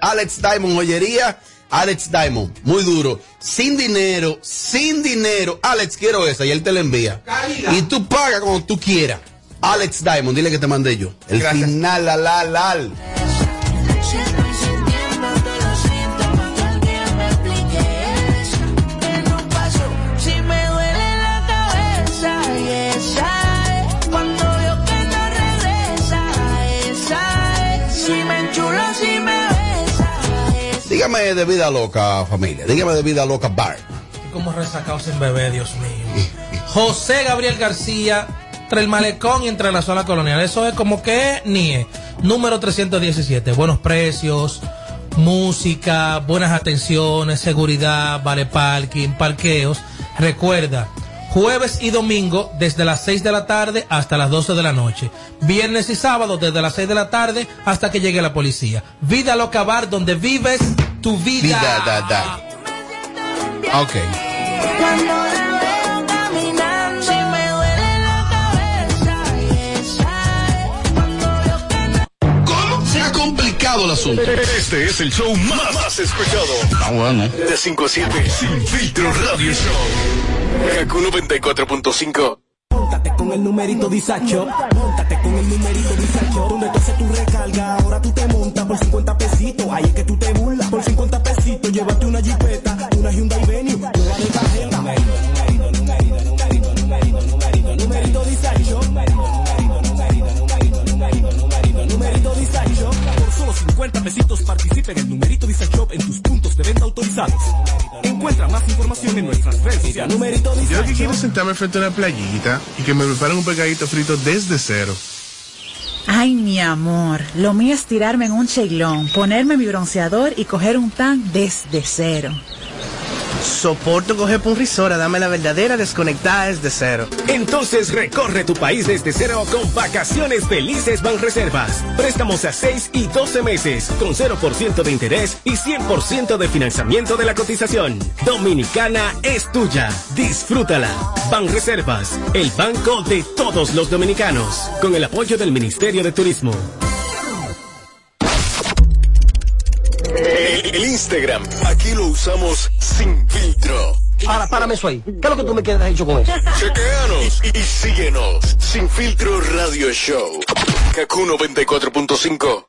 Alex Diamond, joyería. Alex Diamond, muy duro, sin dinero, sin dinero. Alex, quiero esa y él te la envía. Calidad. Y tú pagas cuando tú quieras. Alex Diamond, dile que te mandé yo. El Gracias. final, la, la, la. al. Siempre insistiendo, pero siento que alguien me explique eso. Que no pasó. Si me duele la cabeza, y esa es. Cuando veo que no regresa, esa es. Si me enchulo, si me besa, esa Dígame de vida loca, familia. Dígame de vida loca, bar. Como resacados en bebé, Dios mío. José Gabriel García, entre el malecón y entre la zona colonial. Eso es como que NIE. Número 317. Buenos precios, música, buenas atenciones, seguridad, vale parking, parqueos. Recuerda, jueves y domingo desde las 6 de la tarde hasta las 12 de la noche. Viernes y sábado desde las 6 de la tarde hasta que llegue la policía. Vida Loca Bar, donde vives tu vida. Vida, da, da. Ah, Ok. Cuando la veo caminando, si me duele la cabeza, y esa es. Cuando veo que no ¿Cómo se ha complicado el asunto? Este es el show más, más escuchado. Ah, bueno. De 5 a 7. Sin filtro radio show. Kaku 94.5. Móntate con el numerito disacho. Móntate con el numerito disacho. Donde tú haces tu recarga, ahora tú te montas por 50 pesitos. Ahí es que tú te burlas por 50 pesitos. Llévate una jipeta, una Hyundai Venue, nueva de cajeta. Numerito, numerito, numerito, numerito, numerito, numerito, numerito disacho. Numerito, numerito, numerito, numerito, numerito, numerito, numerito disacho. Por solo 50 pesitos participa en el numerito disacho en tus puntos de venta autorizados. Encuentra más información en nuestras redes sociales. Numerito Yo lo que disacho. quiero es sentarme frente a una playita y que me preparen un pegadito frito desde cero. Ay, mi amor, lo mío es tirarme en un cheilón, ponerme mi bronceador y coger un tan desde cero. Soporto coger punrisora, dame la verdadera desconectada desde cero. Entonces recorre tu país desde cero con vacaciones felices Banreservas. Préstamos a 6 y 12 meses con 0% de interés y 100% de financiamiento de la cotización. Dominicana es tuya. Disfrútala. Banreservas, el banco de todos los dominicanos, con el apoyo del Ministerio de Turismo. El, el Instagram. Aquí lo usamos sin filtro. Ahora, párame eso ahí. ¿Qué es lo que tú me quieres hecho con eso? Chequeanos y, y síguenos. Sin filtro radio show. Kaku 94.5.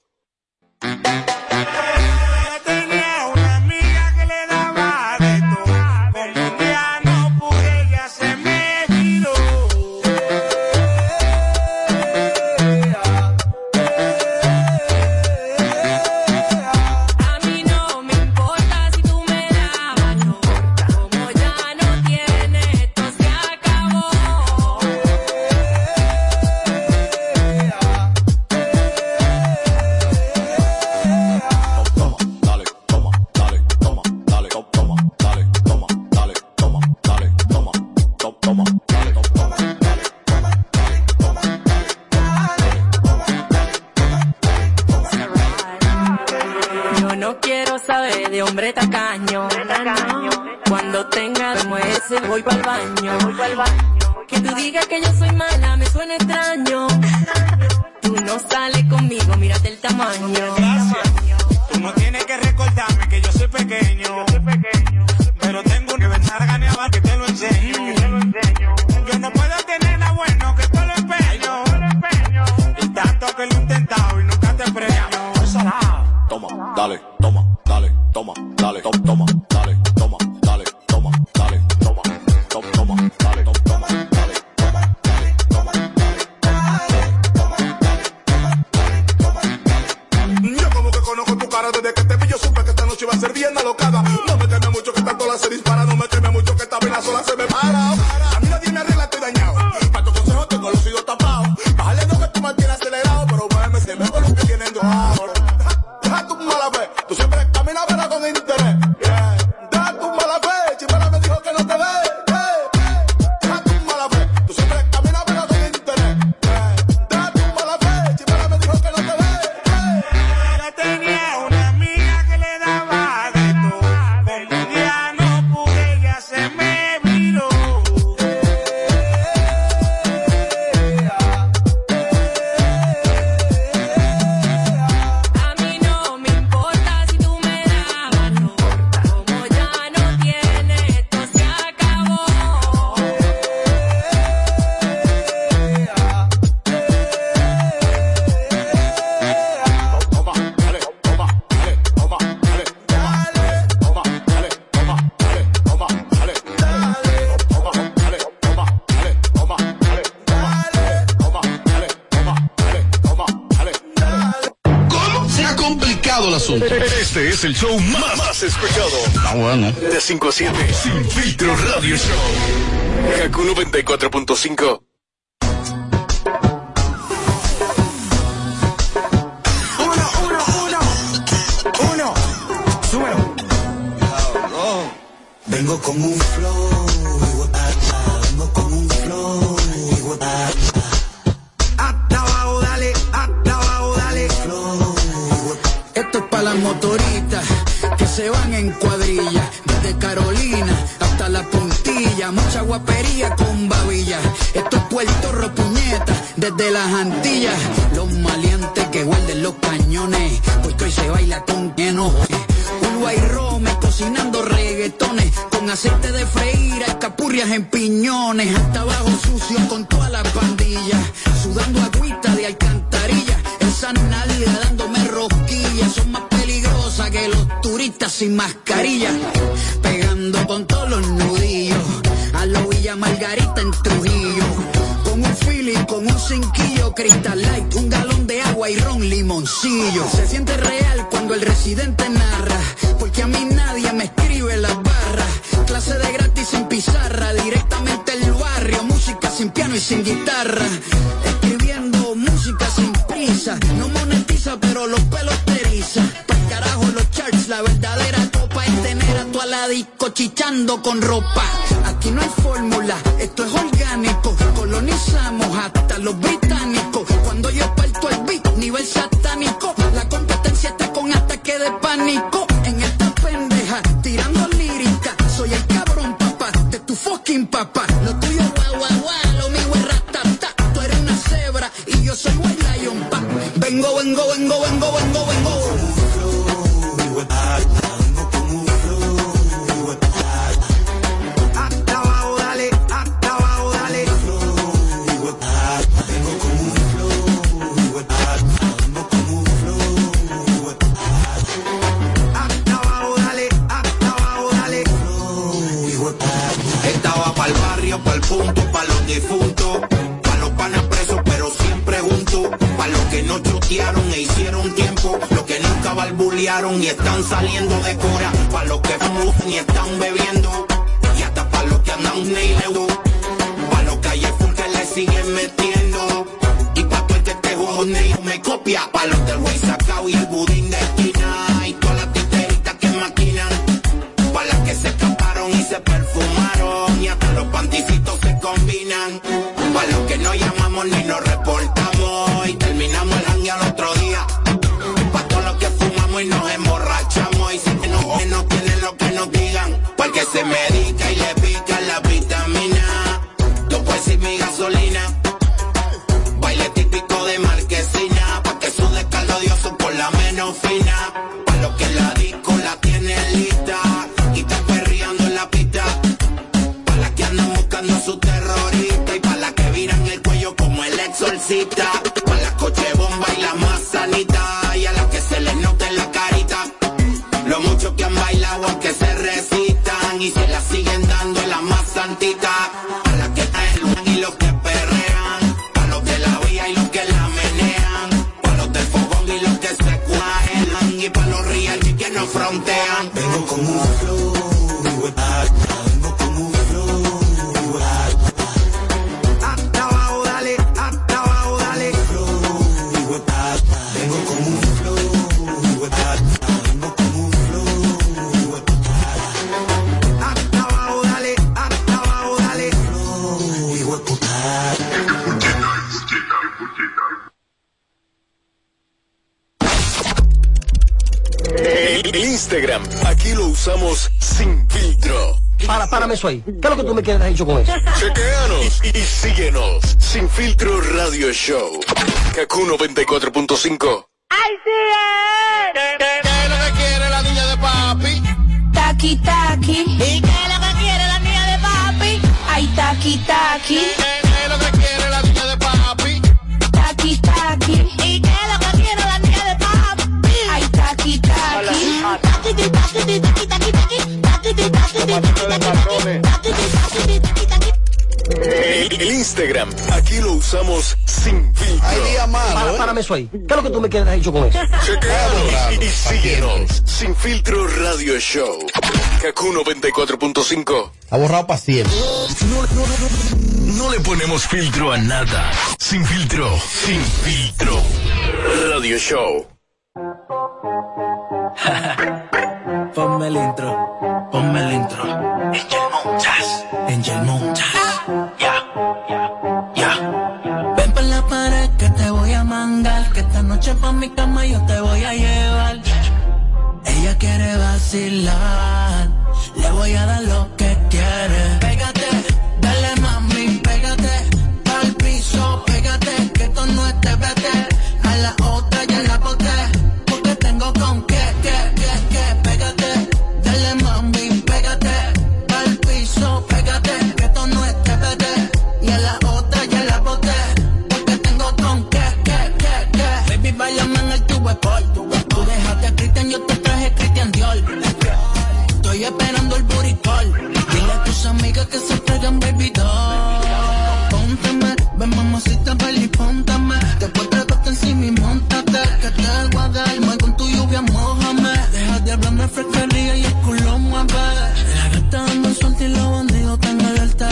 Tenía una amiga que le daba de todo, pero un día no pude, ella se me giró. A mí no me importa si tú me dabas yo, como ya no tiene esto se acabó. Yo no quiero saber de hombre tacaño, no. Cuando tenga como ese voy pa'l baño, Que tú digas que yo soy mala me suena extraño. Tú no sales conmigo, mírate el tamaño. Gracias. Tú no tienes que recordarme que yo soy pequeño, pero tengo que besar ganeaba que te lo enseño. Yo no puedo tener nada bueno que te lo empeño. Y tanto que lo he intentado y nunca te premio. Toma, dale, toma, dale, toma, dale, to- toma, dale, toma, dale, toma, dale, toma, to- toma, dale, to- toma, dale. Yo como que conozco tu cara desde que te vi, yo supe que esta noche iba a ser bien alocada. No me teme mucho que esta tola se dispara, no me teme mucho que esta vena sola se me para. A mí nadie me arregla, estoy dañado. Pa' tu consejo tengo los oídos tapados. Bájale no que tú mantienes acelerado, pero bájame se veo con los que tienen dojado. Deja- Deja tu mala fe, tú siempre caminas pero con interés. Yeah. Deja tu mala fe, Chimera me dijo que no te ve. Yeah. Deja tu mala fe, tú siempre caminas pero con interés. Yeah. Deja tu mala fe, Chimera me dijo que no te ve. Yeah. Yo tenía una amiga que le daba de todo, Este es el show más, más escuchado. Ah, bueno. De 5 a 7. Sin filtro radio show. Haku 94.5. Uno, uno, uno, uno. Súbelo. Vengo con un flow, hijo de pata. vengo con un flow, hijo de pata. Hasta abajo, dale, hasta abajo, dale. Esto es para las motoritas que se van en cuadrilla, desde Carolina hasta la puntilla, mucha guapería con babilla. Esto es Puerto Ropuñeta, desde las Antillas, los maleantes que guarden los cañones, porque hoy se baila con lleno. Ulua y Rome cocinando reggaetones, con aceite de freír, escapurrias en piñones, hasta abajo sucio con toda la pandilla, sudando agüita de alcantarilla. Esa nalga dándome rosquillas son más peligrosas que los turistas sin mascarilla. Pegando con todos los nudillos a la Villa Margarita en Trujillo. Con un feeling, con un cinquillo, cristal light, un galón de agua y ron limoncillo. Se siente real cuando el residente narra, porque a mí nadie me escribe las barras. Clase de gratis sin pizarra, directamente el barrio, música sin piano y sin guitarra. Escribiendo música sin prisa, no monetiza pero los pelos te eriza. Pa'l carajo los charts, la verdadera copa es tener a tu la disco chichando con ropa. Aquí no hay fórmula, esto es orgánico, colonizamos hasta los británicos. Cuando yo parto el beat, nivel satánico, la competencia está con ataque de pánico. En esta pendeja, tirando lírica, soy el cabrón papá, de tu fucking papá. Lo tuyo es guau guau guau, lo mío es ratata. Tú eres una cebra y yo soy un lion pa. Vengo, vengo, vengo, vengo, vengo, vengo. Hasta abajo, dale, hasta abajo, dale. Hasta abajo, dale, hasta abajo, dale. Estaba pa'l barrio, pa'l punto, pa' los difuntos, pa' los panas presos, pero siempre juntos, pa' los que no chotearon e hicieron tiempo, los que nunca barbulearon y están saliendo de cora, pa' los que fuman y están bebiendo, y hasta pa' los que andan negro, oh. pa' los que ayer fue que le siguen metiendo, y pa' todo el que te jodone y me copia, pa' los del güey sacao y el budín de esquina, y todas las titeritas que maquinan, para las que se escaparon y se perfumaron y hasta los panticitos se combinan. Para los que no llamamos ni nos reportamos y terminamos el año al otro día. Para todos los que fumamos y nos emborrachamos y si no, no tienen lo que nos digan. Porque se medica y le pica la vitamina. Yo pues sin mi gasolina. Baile típico de marquesina, pa' que su descaldo odioso por la menos fina. Pa' los que la disco la tiene lista y están perreando en la pista. Pa' las que andan buscando a su terrorista y pa' las que viran el cuello como el exorcista. Pa' las coche bomba y las más sanitas y a las que se les note en la carita. Lo mucho que han bailado aunque se resistan y se la siguen dando en las más santitas. A las que están en y los que perrean. Pa' los de la vía y los que la menean. Pa' los del fogón y los que se cuajelan. Y pa' los real y que no frontean. Vengo con un flow, hijo de pata. Hasta abajo, dale, hasta abajo, dale. Vengo con un flow, hijo de pata. vengo con un flow, hijo de pata. Hasta abajo, dale, hasta abajo, dale. Flow, hijo de puta. Instagram, aquí lo usamos sin filtro. Para, párame eso ahí. ¿Qué es lo que tú me quieres hecho con eso? Chequeanos y, y síguenos. Sin filtro radio show. Kaku 94.5. ¡Ay, sí es! ¿Qué es lo que quiere la niña de papi? Taqui, taqui. ¿Y qué es lo que quiere la niña de papi? Ay, taqui, taqui. ¿Qué es lo que quiere la niña de papi? Taqui, taqui. ¿Y qué es lo que quiere la niña de papi? Ay, taqui, taqui. Taqui, taqui, taqui, taqui, taqui, taqui. Taqui, taqui, taqui, taqui, taqui, taqui, taqui, taqui, taqui. El, el Instagram, aquí lo usamos sin filtro. Para- Párame eso ahí. ¿Qué es lo que tú me quieres dicho con eso? Chequeanos y síguenos. Sin filtro radio show. Kaku 94.5. Ha borrado para siempre. No, no, no, no, no le ponemos filtro a nada. Sin filtro. Sin filtro. Radio show. Ponme el intro, ponme el intro. Angel Montas, Angel Montas. Ya, ya, Ven pa' la pared que te voy a mandar. Que esta noche pa' mi cama yo te voy a llevar. Ella quiere vacilar. Le voy a dar lo que quiere. Pégate, dale mami, pégate. Pa'l piso, pégate. Que esto no es vete. A la otra ya la boté. Porque tengo con que, que, que, que. Pégate, dale mami, pégate. Pa'l piso, pégate. Que esto no es vete. Y a la otra ya la boté. Porque tengo con que, que, que, que. Baby, bailame en el tubo sport. Tú dejaste a Cristian, yo te traje Cristian Dior. Estoy esperando el buricol. Dile a tus amigas que se traigan baby doll. Póntame, ven mamacita, baila y póntame. Después trátate encima y montate. Que te voy a dar, más con tu lluvia, mojame. Deja de hablarme fresquería y el culo mueve. La gata anda suelta y los bandidos tan alerta.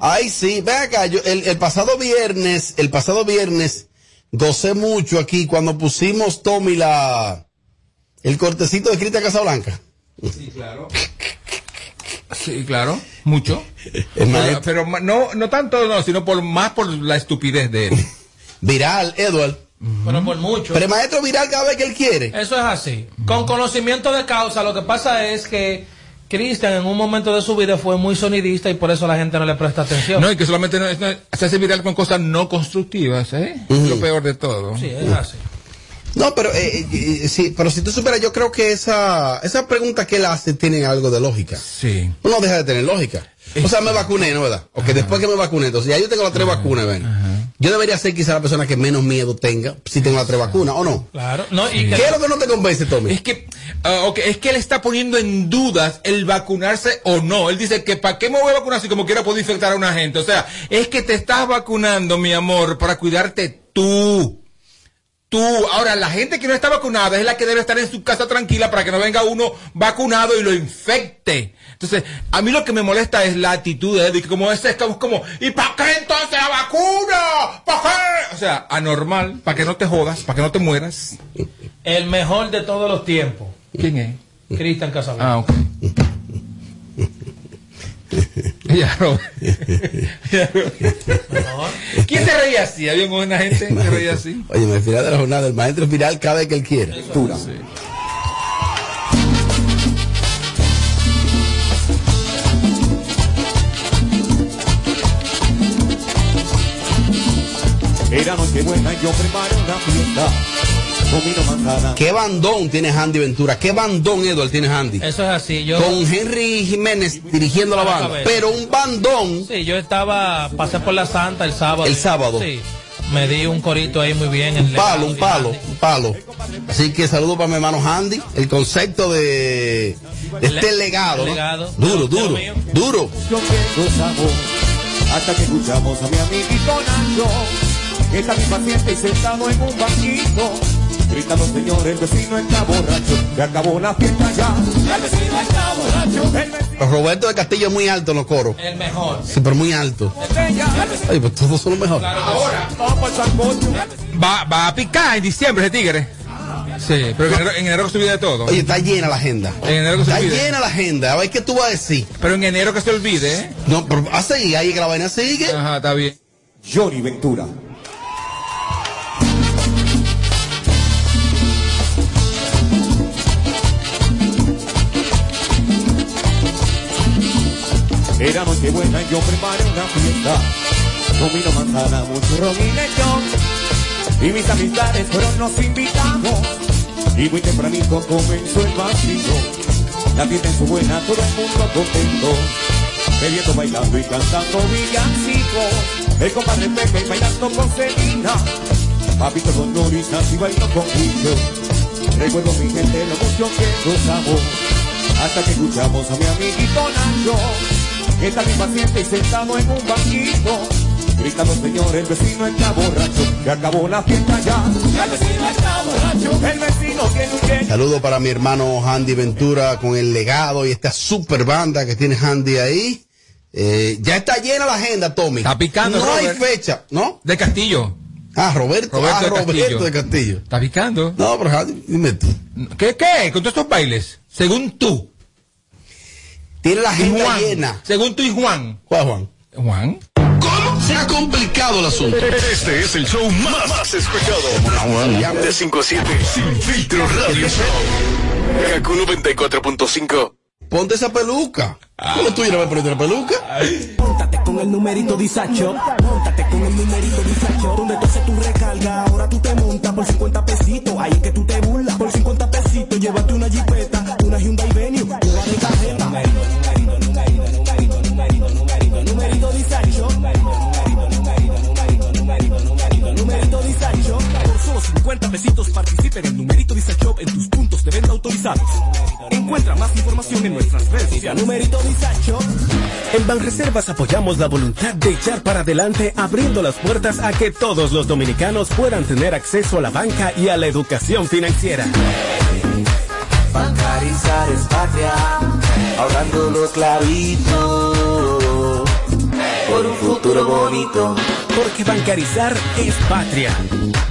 Ay, sí, ve acá, yo- el, el pasado viernes, el pasado viernes, gocé mucho aquí cuando pusimos Tommy la, el cortecito de Cristian Casablanca. Sí, claro. Sí, claro, mucho. maestro. Pero, pero ma- no, no tanto, no, sino por más por la estupidez de él. Viral, Edward. Pero por mucho. Pero el maestro viral cada vez que él quiere. Eso es así. Con conocimiento de causa, lo que pasa es que Cristian en un momento de su vida fue muy sonidista y por eso la gente no le presta atención. No, y que solamente no- no- se hace viral con cosas no constructivas, ¿eh? Es Lo peor de todo. Sí, es así. No, pero, eh, eh, eh, sí, pero si tú superas, yo creo que esa, esa pregunta que él hace tiene algo de lógica. Sí. No deja de tener lógica. O sea, me vacuné, ¿no verdad? Ok, después que me vacuné, entonces ya yo tengo las tres vacunas, ven. Yo debería ser quizá la persona que menos miedo tenga si tengo las tres vacunas, ¿o no? Claro. No, y ¿Qué es lo que no te convence, Tommy? Es que, ah, ok, es que él está poniendo en dudas el vacunarse o no. Él dice que ¿para qué me voy a vacunar si como quiera puedo infectar a una gente? O sea, es que te estás vacunando, mi amor, para cuidarte tú. Tú, ahora la gente que no está vacunada es la que debe estar en su casa tranquila para que no venga uno vacunado y lo infecte. Entonces, a mí lo que me molesta es la actitud de él, y que como ese es como, como, ¿y para qué entonces la vacuna? ¿Para qué? O sea, anormal, para que no te jodas, para que no te mueras. El mejor de todos los tiempos. ¿Quién es? Cristian Casablanca. Ah, ok. Ya, Robert. Ya, Robert. ¿Quién se reía así? Había una gente que reía así. Oye, me final de la jornada, el maestro viral cada vez que él quiere. Dura. Era noche buena y yo preparé una fiesta. Comino manzana. ¿Qué bandón tiene Andy Ventura? ¿Qué bandón, Edward, tiene Andy? Eso es así. Yo, Con Henry Jiménez dirigiendo la banda. Pero un bandón. Sí, yo estaba, pasé por la Santa el sábado. El sábado. Sí. Me di un corito ahí muy bien. Un palo, un palo, un palo. Así que saludo para mi hermano Andy. El concepto de, de este Le- legado. ¿no? legado. Duro, Dios duro, mío. duro. Yo que gozamos hasta que escuchamos a mi amiguito Nacho. Que está bien paciente y sentado en un banquito. Gritando, señor, el vecino está borracho. Se acabó la fiesta ya. El vecino está borracho. El vecino Pero Roberto de Castillo es muy alto en los coros. El mejor. Sí, pero muy alto. botella. El vecino Ay, pues todos son los mejores. ahora. Vamos al sancocho. Va, va a picar en diciembre ese tigre. Sí, pero en enero, en enero que se olvida de todo. Oye, está llena la agenda. En enero que se Está olvide. llena la agenda. A ver qué tú vas a decir. Pero en enero que se olvide, ¿eh? No, pero a seguir, ahí que la vaina sigue. Ajá, está bien. Johnny Ventura. Era noche buena y yo preparé una fiesta. Comino manzana, mucho ron y lechón. Y mis amistades fueron los invitados. Y muy tempranito comenzó el vacío. La fiesta es buena, todo el mundo contento. Bebiendo, bailando y cantando villancicos. El compadre Pepe bailando con Celina. Papito con Doris, Nancy bailó con Guillo. Recuerdo mi gente lo mucho que gozamos. Hasta que escuchamos a mi amiguito Nacho. Está mi paciente y sentado en un banquito. Gritando, señor, el vecino está borracho. Que acabó la fiesta ya. El vecino está borracho. El vecino tiene un genio. Saludo para mi hermano Handy Ventura con el legado y esta super banda que tiene Handy ahí. Eh, ya está llena la agenda, Tommy. Está picando, No hay Robert. fecha, ¿no? De Castillo. Ah, Roberto, Roberto ah, de Roberto Castillo. de Castillo. ¿Está picando? No, pero Handy, dime tú. ¿Qué, qué? Con todos estos bailes. Según tú. Tiene la agenda Juan. llena. Según tú y Juan. ¿Cuál Juan? Juan. ¿Cómo? Se ha complicado el asunto. Este es el show más, más escuchado. De 5 a 7. Sin filtro radio show. Kaku 94.5. Ponte esa peluca. ¿Cómo tú irás a ponerte la peluca? Móntate con el numerito disacho. Móntate con el numerito disacho. Donde tú haces tu recarga, ahora tú te montas por 50 pesitos. Ahí es que tú te burlas por 50 pesitos. Llévate una jipeta, una Hyundai Venue, una de cajeta. Numerito, numerito, numerito, numerito, numerito, numerito, numerito disacho. Numerito, numerito, numerito, numerito, numerito, numerito disacho. Por solo 50 pesitos participen en numerito disacho en tus puntos de venta autorizados. Encuentra más información en nuestras redes sociales. Numerito disacho. En Banreservas apoyamos la voluntad de echar para adelante abriendo las puertas a que todos los dominicanos puedan tener acceso a la banca y a la educación financiera. Bancarizar es patria, ahorrando los clavitos por un futuro bonito. Porque bancarizar es patria.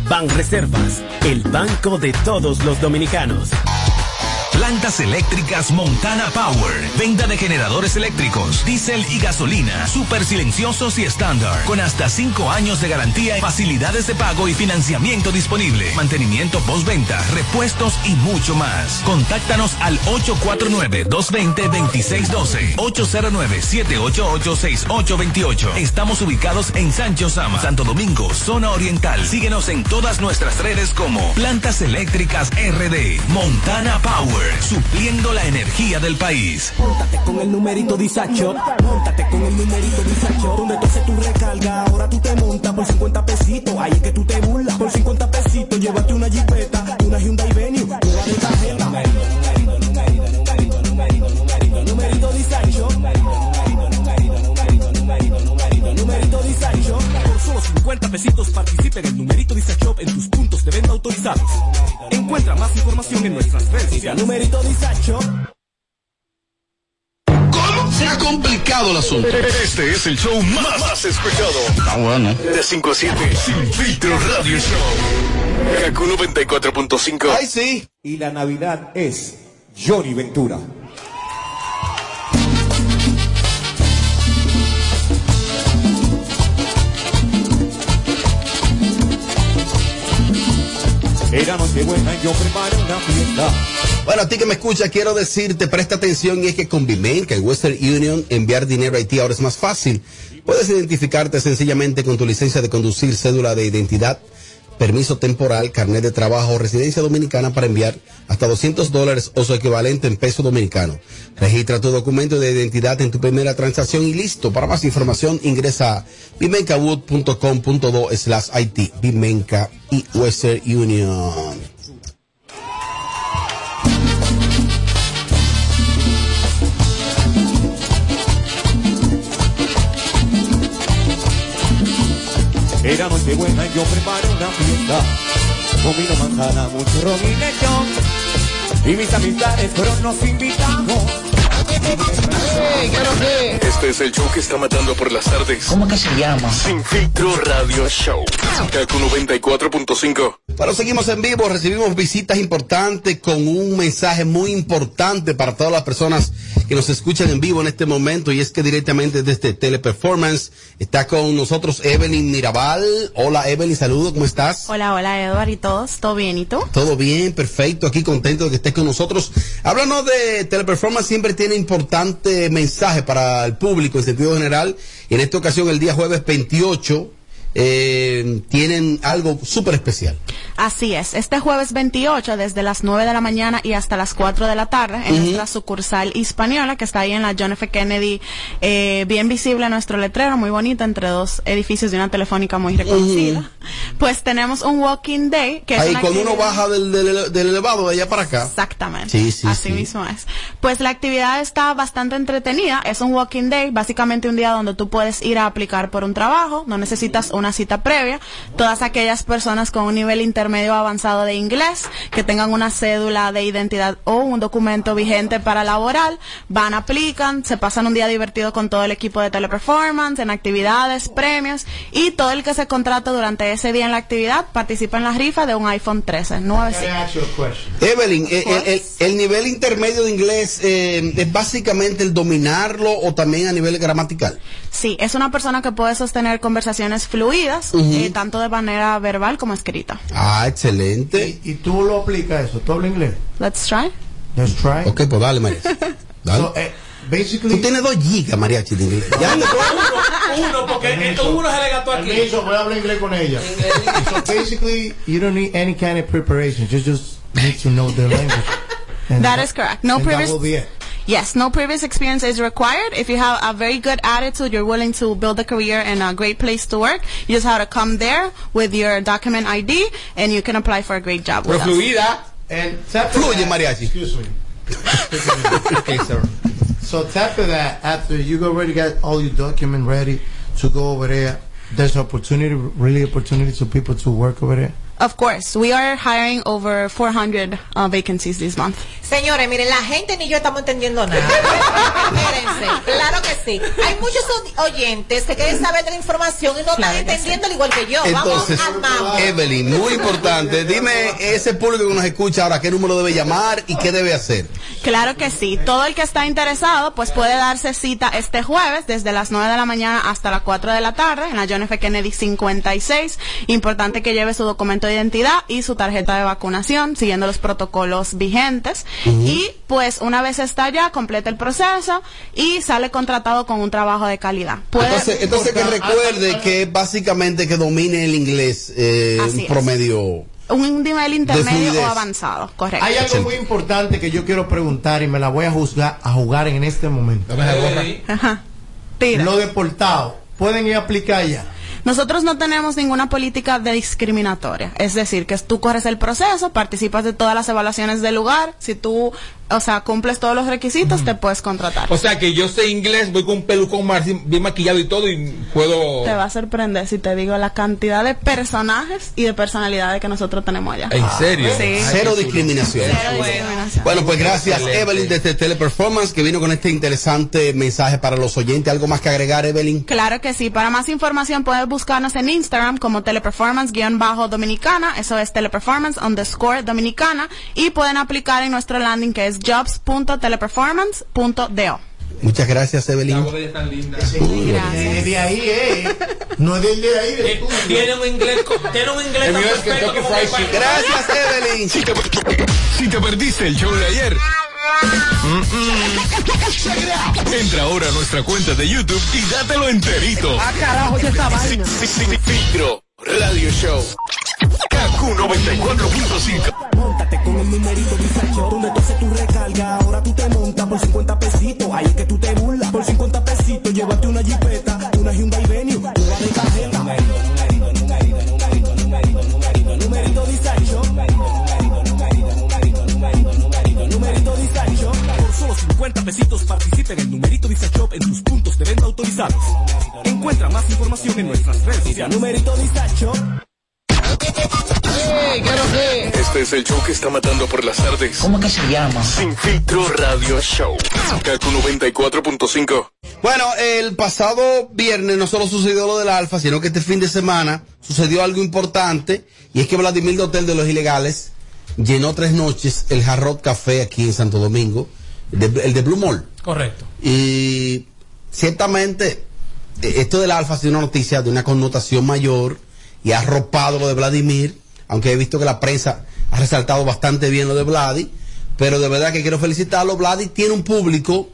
Banreservas, el banco de todos los dominicanos. Plantas eléctricas Montana Power. Venta de generadores eléctricos, diésel y gasolina. Súper silenciosos y estándar. Con hasta 5 años de garantía, facilidades de pago y financiamiento disponible. Mantenimiento postventa, repuestos y mucho más. Contáctanos al 849-220-2612. 809-788-6828. Estamos ubicados en Sancho Sama, Santo Domingo, zona oriental. Síguenos en todas nuestras redes como Plantas Eléctricas RD, Montana Power, supliendo la energía del país. Móntate con el numerito disacho. Móntate con el numerito disacho. Donde tú haces tu recarga, ahora tú te montas por 50 pesitos. Ahí es que tú te burlas por 50 pesitos. Llévate una jipeta, una Hyundai Venue, una de tarjeta. Numerito, numerito, numerito, numerito, numerito, numerito disacho. Numerito, numerito, numerito disacho. Por solo 50 pesitos participa en el numerito disacho en tus puntos de venta autorizados. Encuentra más información en nuestras redes sociales. Numerito disacho. ¿Cómo? Se ha complicado el asunto. Este es el show más, más escuchado. Ah, bueno. De 5 a 7. Sin filtro radio show. Kaku 94.5. Ay, sí. Y la Navidad es Johnny Ventura. Era noche buena, yo preparé una fiesta. Bueno, a ti que me escucha, quiero decirte, presta atención y es que con Bimenca y Western Union enviar dinero a Haití ahora es más fácil. Puedes identificarte sencillamente con tu licencia de conducir, cédula de identidad, permiso temporal, carnet de trabajo o residencia dominicana para enviar hasta 200 dólares o su equivalente en peso dominicano. Registra tu documento de identidad en tu primera transacción y listo. Para más información ingresa a bimencawood.com.do slash Haití, Bimenca y Western Union. Era noche buena, yo preparé una fiesta. Con vino, manzana, mucho ron y lechón. Y mis amistades fueron, nos invitamos. Este es el show que está matando por las tardes. ¿Cómo que se llama? Sin filtro radio show. Kaku 94.5. Bueno, seguimos en vivo, recibimos visitas importantes con un mensaje muy importante para todas las personas que nos escuchan en vivo en este momento y es que directamente desde Teleperformance está con nosotros Evelyn Mirabal. Hola Evelyn, saludo, ¿cómo estás? Hola, hola Eduardo y todos, ¿todo bien? ¿Y tú? Todo bien, perfecto, aquí contento de que estés con nosotros. Háblanos de Teleperformance, siempre tiene importante mensaje para el público en sentido general. Y en esta ocasión, el día jueves 28, eh, tienen algo súper especial. Así es, este jueves 28 desde las 9 de la mañana y hasta las 4 de la tarde en Ujú. nuestra sucursal hispaniola que está ahí en la John F. Kennedy, eh, bien visible nuestro letrero, muy bonito, entre dos edificios de una telefónica muy reconocida. Pues tenemos un walking day que es Ahí una cuando uno actividad- baja del, del- del elevado de allá para acá. Exactamente. Sí, sí, Así sí. mismo es. Pues la actividad está bastante entretenida. Es un walking day, básicamente un día donde tú puedes ir a aplicar por un trabajo. No necesitas una cita previa. Todas aquellas personas con un nivel intermedio avanzado de inglés, que tengan una cédula de identidad o un documento vigente para laboral, van, aplican, se pasan un día divertido con todo el equipo de teleperformance, en actividades, premios y todo el que se contrata durante ese día en la actividad participa en la rifa de un iPhone 13 nuevecito. Evelyn, eh, el, el- el nivel intermedio de inglés eh, es básicamente el dominarlo o también a nivel gramatical. Sí, es una persona que puede sostener conversaciones fluidas, Ujú. eh, tanto de manera verbal como escrita. Ah, excelente. ¿Y tú lo aplicas eso? ¿Tú hablas inglés? Let's try. Let's try. eh, Ok, pues dale, Mariachi. Dale. Tú tienes dos gigas, Mariachi, de inglés. Ya te- uno, uno, porque esto uno se le gastó aquí. Permiso, voy a hablar inglés con ella. so basically, you don't need any kind of preparation. You just need to know the language. That is correct. No and that will be previous. it. Yes, no previous experience is required. If you have a very good attitude, you're willing to build a career and a great place to work. You just have to come there with your document ID, and you can apply for a great job. with us. And Fluye, Mariachi. Excuse me. okay, sir. So tap of that, after you already got all your document ready to go over there, there's opportunity, really opportunity to people to work over there. Of course, we are hiring over 400 uh, vacancies this month. Señores, miren, la gente ni yo estamos entendiendo nada. Espérense, claro que sí. Hay muchos o- oyentes que quieren saber de la información y no están entendiendo al igual que yo. Entonces, eh, Vamos al mambo. Evelyn, muy importante. Dime ese público que nos escucha ahora, ¿qué número debe llamar y qué debe hacer? Claro que sí. Todo el que está interesado, pues puede darse cita este jueves desde las 9 de la mañana hasta las 4 de la tarde en la John F. Kennedy 56. Importante que lleve su documento de identidad y su tarjeta de vacunación, siguiendo los protocolos vigentes. Y pues una vez está allá, completa el proceso y sale contratado con un trabajo de calidad. Puede- Ah, Entonces, entonces que recuerde que básicamente que domine el inglés eh, Así un es. promedio. un nivel intermedio fluidez. o avanzado, correcto. Hay algo muy importante que yo quiero preguntar y me la voy a juzgar a jugar en este momento. Ajá. Tira. Los deportados pueden ir a aplicar ya. Nosotros no tenemos ninguna política de discriminatoria, es decir, que tú corres el proceso, participas de todas las evaluaciones del lugar, si tú, o sea, cumples todos los requisitos, te puedes contratar. O sea que yo sé inglés, voy con un pelucón mar- bien maquillado y todo y puedo... Te va a sorprender si te digo la cantidad de personajes y de personalidades que nosotros tenemos allá. ¿En serio? Sí. Cero discriminación. Cero discriminación. Bueno, pues gracias Evelyn desde Teleperformance que vino con este interesante mensaje para los oyentes. ¿Algo más que agregar, Evelyn? Claro que sí. Para más información puedes buscarnos en Instagram como teleperformance-dominicana. Eso es teleperformance underscore dominicana. Y pueden aplicar en nuestro landing que es jobs.teleperformance.do. Muchas gracias, Evelyn. Eh, de ahí, eh. No es del de ahí, del tuyo. Tiene un inglés, co- tiene un inglés tan perfecto como mi padre. Evelyn. Si te, si te perdiste el show de ayer. mm-mm. Entra ahora a nuestra cuenta de YouTube y dátelo enterito. Ah, carajo, ya está vaina. Filtro Radio Show. KQ 94.5. Móntate con el numerito bizarro. Donde tú haces tu recarga, ahora tú te montas por 50 pesitos. Ahí es que tú te burlas. Por 50 pesitos, llévate una jipeta, una Hyundai Venue, una de cajeta. Numerito bizarro. Numerito bizarro. Por solo 50 pesitos participa en el numerito Visa Shop en tus puntos de venta autorizados. Encuentra más información en nuestras redes sociales. Numerito Visa Shop. Este es el show que está matando por las tardes. ¿Cómo que se llama? Sin filtro Radio Show. KQ 94.5. Bueno, el pasado viernes no solo sucedió lo del Alfa, sino que este fin de semana sucedió algo importante y es que Vladimir Hotel de los Ilegales llenó tres noches el Jarrod Café aquí en Santo Domingo, de- el de Blue Mall. Correcto. Y ciertamente eh, esto del Alfa ha sido una noticia de una connotación mayor y ha arropado lo de Vladimir, aunque he visto que la prensa ha resaltado bastante bien lo de Vladi, pero de verdad que quiero felicitarlo, Vladi tiene un público,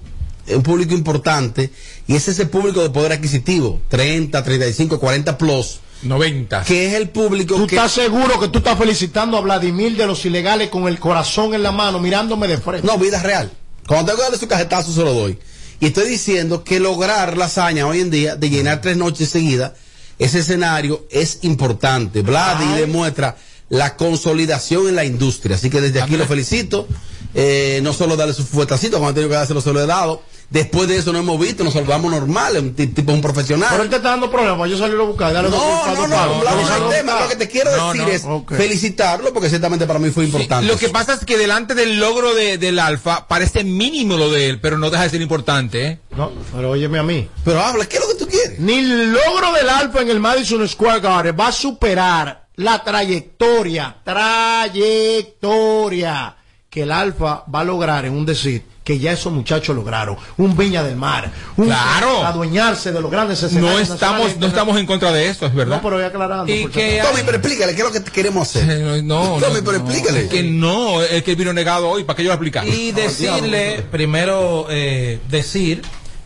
eh, un público importante, y es ese público de poder adquisitivo, 30, 35, 40 plus, 90. que es el público ¿Tú que- estás seguro que tú estás felicitando a Vladimir de los ilegales con el corazón en la mano, mirándome de frente? No, vida real. Cuando tengo que darle su cajetazo, se lo doy. Y estoy diciendo que lograr la hazaña hoy en día de llenar tres noches seguidas, ese escenario es importante. Vladi demuestra la consolidación en la industria. Así que desde aquí lo felicito. Eh, no solo darle su fuetacito, cuando tengo que dárselo, se lo he dado. Después de eso no hemos visto, nos salvamos normal, un ti- tipo un profesional. Pero él te está dando problemas, yo salí a buscar. No, Dale dos no, culpas, no, dos no, palos. Vladi, Dale no hay dos tema. culpas. Lo que te quiero No, decir no, es ok. felicitarlo porque ciertamente para mí fue importante. Lo que pasa es que delante del logro de, del Alfa parece mínimo lo de él, pero no deja de ser importante. ¿eh? No, pero óyeme a mí. Pero habla, ¿qué es lo que tú quieres? Ni el logro del Alfa en el Madison Square Garden va a superar la trayectoria, trayectoria que el Alfa va a lograr en un decir que ya esos muchachos lograron. Un Viña del Mar. Un Claro. Adueñarse de los grandes escenarios. No estamos, no nacionales. estamos en contra de eso, es verdad. No, pero voy aclarando. por favor. Tommy, pero explícale, ¿qué es lo que queremos hacer? No, Tommy, pero explícale. Que no, es que vino negado hoy, ¿para qué yo voy a explicar? Y decirle, primero, eh, decir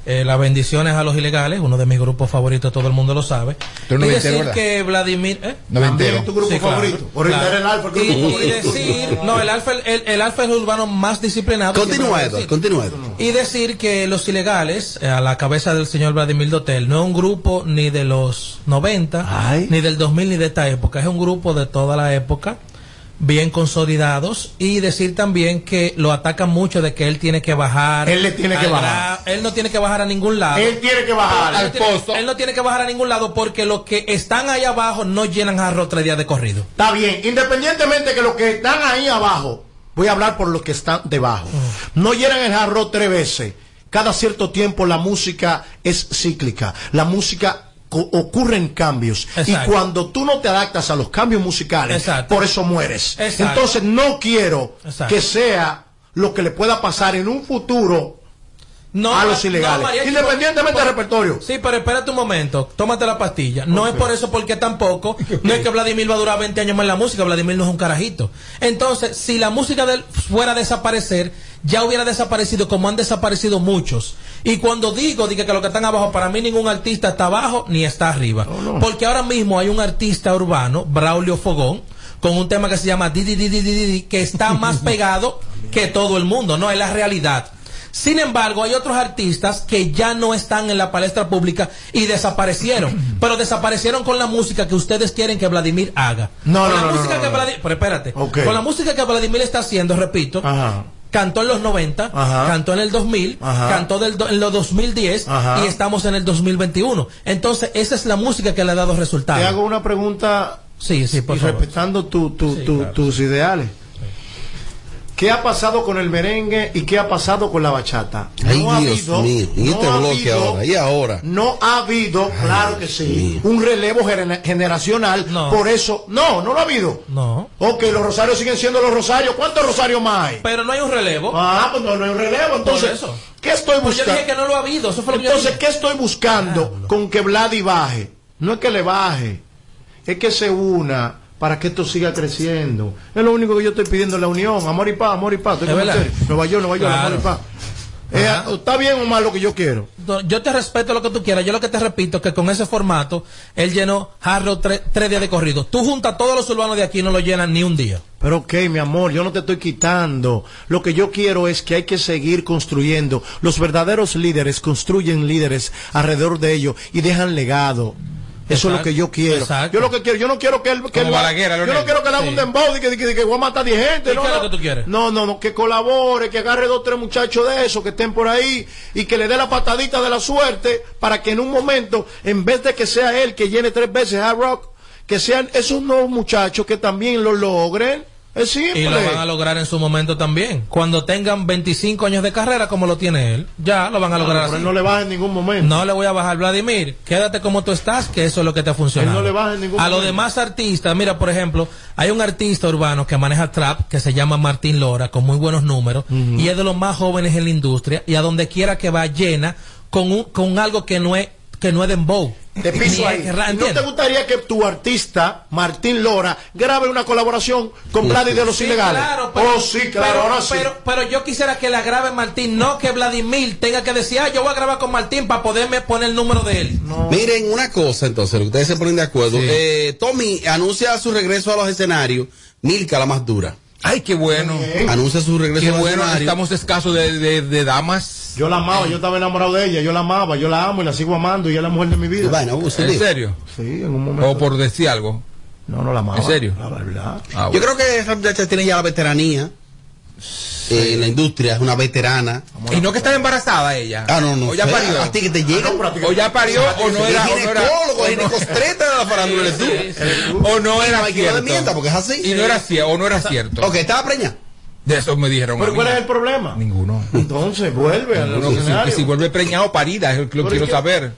eh, las bendiciones a los ilegales, uno de mis grupos favoritos, todo el mundo lo sabe. Tú eres y noventero, decir ¿verdad? que Vladimir. ¿eh? Noventero. También tu grupo claro, favorito. Por claro. era el Alfa, el grupo y, y favorito. decir, no, el alfa, el, el alfa es el urbano más disciplinado. Continúa, siempre lo voy a Edward, decir. continúa, Edward. Y decir que los ilegales, eh, a la cabeza del señor Vladimir Dotel, no es un grupo ni de los 90, ni del 2000, ni de esta época. Es un grupo de toda la época, bien consolidados. Y decir también que lo atacan mucho de que él tiene que bajar. Él le tiene que al bajar. gra- Él no tiene que bajar a ningún lado. Él tiene que bajar. Él Al tiene- pozo. Él no tiene que bajar a ningún lado porque los que están ahí abajo no llenan jarro tres días de corrido. Está bien, independientemente que los que están ahí abajo, voy a hablar por los que están debajo. No llenan el jarro tres veces. Cada cierto tiempo la música es cíclica. La música co- ocurren cambios Exacto. y cuando tú no te adaptas a los cambios musicales Exacto. por eso mueres Exacto. entonces no quiero Exacto. que sea lo que le pueda pasar en un futuro No, a los ilegales no, mariachi, independientemente por- del repertorio Sí, pero espérate un momento. Tómate la pastilla. No es por eso porque tampoco. No es que Vladimir va a durar 20 años más en la música. Vladimir no es un carajito. Entonces, si la música de él fuera a desaparecer, ya hubiera desaparecido como han desaparecido muchos. Y cuando digo, diga que los que están abajo, para mí ningún artista está abajo ni está arriba. Porque ahora mismo hay un artista urbano, Braulio Fogón, con un tema que se llama Di, Di, Di, Di, Di, Di, Di, que está más pegado que todo el mundo. No, es la realidad. Sin embargo, hay otros artistas que ya no están en la palestra pública y desaparecieron. pero desaparecieron con la música que ustedes quieren que Vladimir haga. no con no la no, no, música no, que no. Vladi- Pero espérate. Ok. Con la música que Vladimir está haciendo, repito, Ajá. cantó en los 90, Ajá. cantó en el 2000, Ajá. cantó del do- en los 2010 Ajá. y estamos en el 2021. Entonces, esa es la música que le ha dado resultados. Te hago una pregunta sí, sí, por y favor. respetando tu- tu- tu- claro. tus ideales. ¿Qué ha pasado con el merengue y qué ha pasado con la bachata? Ay, ha Dios habido- mío. Y no este ha bloque habido- ahora. Y ahora. No ha habido, claro que sí, un relevo gener- generacional. Por eso, no, no lo ha habido. No. Ok, los rosarios siguen siendo los rosarios. ¿Cuántos rosarios más hay? Pero no hay un relevo. Ah, pues no, no hay un relevo. Entonces, Por eso. ¿qué estoy Pues yo buscando? dije que no lo ha habido. Eso fue lo que yo Entonces, dije. ¿qué estoy buscando con que Vladi baje? No es que le baje, es que se una para que esto siga creciendo. Es lo único que yo estoy pidiendo, la unión, amor y paz, amor y paz. Estoy Es como verdad. usted. Nueva York, Nueva York, Claro. amor y paz. Eh, ¿Está bien o mal lo que yo quiero? No, Yo te respeto lo que tú quieras. Yo lo que te repito es que con ese formato, él llenó Harrow tre- tres días de corrido. Tú juntas todos los urbanos de aquí y no lo llenan ni un día. Pero ok, mi amor, yo no te estoy quitando. Lo que yo quiero es que hay que seguir construyendo. Los verdaderos líderes construyen líderes alrededor de ellos y dejan legado. Eso es lo Exacto, que yo quiero. exacto. Yo lo que quiero, yo no quiero que él, que Como él- Balaguer, yo Leonel. no quiero que le haga Sí. un dembow y que, que, que voy a matar 10 gente. ¿Y no, qué es lo no. que tú quieres? No, no, no, que colabore, que agarre dos tres muchachos de esos que estén por ahí y que le dé la patadita de la suerte para que en un momento, en vez de que sea él que llene tres veces Hard Rock, que sean esos nuevos muchachos que también lo logren. Es simple. Y lo van a lograr en su momento también. Cuando tengan 25 años de carrera, como lo tiene él, ya lo van a lograr. Ah, Pero así. él no le baja en ningún momento. No le voy a bajar, Vladimir. Quédate como tú estás, que eso es lo que te funciona. Él no le baja en ningún A los momento. demás artistas, mira, por ejemplo, hay un artista urbano que maneja trap que se llama Martín Lora, con muy buenos números, y es de los más jóvenes en la industria, y a donde quiera que va llena con, un- con algo que no es que no es dembow. Te piso ahí. ¿No te gustaría que tu artista, Martín Lora, grabe una colaboración con Vladimir de los Sí, Ilegales? claro, pero- oh, sí, claro, pero, ahora sí. Pero, pero yo quisiera que la grabe Martín, no que Vladimir tenga que decir, ah, yo voy a grabar con Martín para poderme poner el número de él. Miren, una cosa entonces, lo que ustedes se ponen de acuerdo. Eh, Tommy anuncia su regreso a los escenarios. Milka, la más dura. Ay, qué bueno. Anuncia su regreso Qué a los bueno, escenarios. estamos escasos de, de- de damas. Yo la amaba, yo estaba enamorado de ella, yo la amaba, yo la amo y la sigo amando y es la mujer de mi vida. Ah, ¿En serio? Sí, en un momento. O por decir algo. No, no la amaba. ¿En serio? Ah, La verdad. Ah, Yo creo que esa muchacha tiene ya la veteranía. Eh, en la industria es una veterana. Y no que estaba embarazada ella. Ah, no, no. O ya sé. parió. Ah, A ti que te llega. O ya parió, o no era- o no era- ginecólogo, o no- ginecostreta de la farándula eres tú. O no Y era me quiero cierto. de mierda porque es así. Y no era cierto. O no era cierto. Ok, estaba preña. De eso me dijeron. Pero ¿cuál es el problema? Ninguno. Entonces, vuelve al Ninguno. Que si, que escenario. si vuelve preñado o parida, es lo que quiero saber.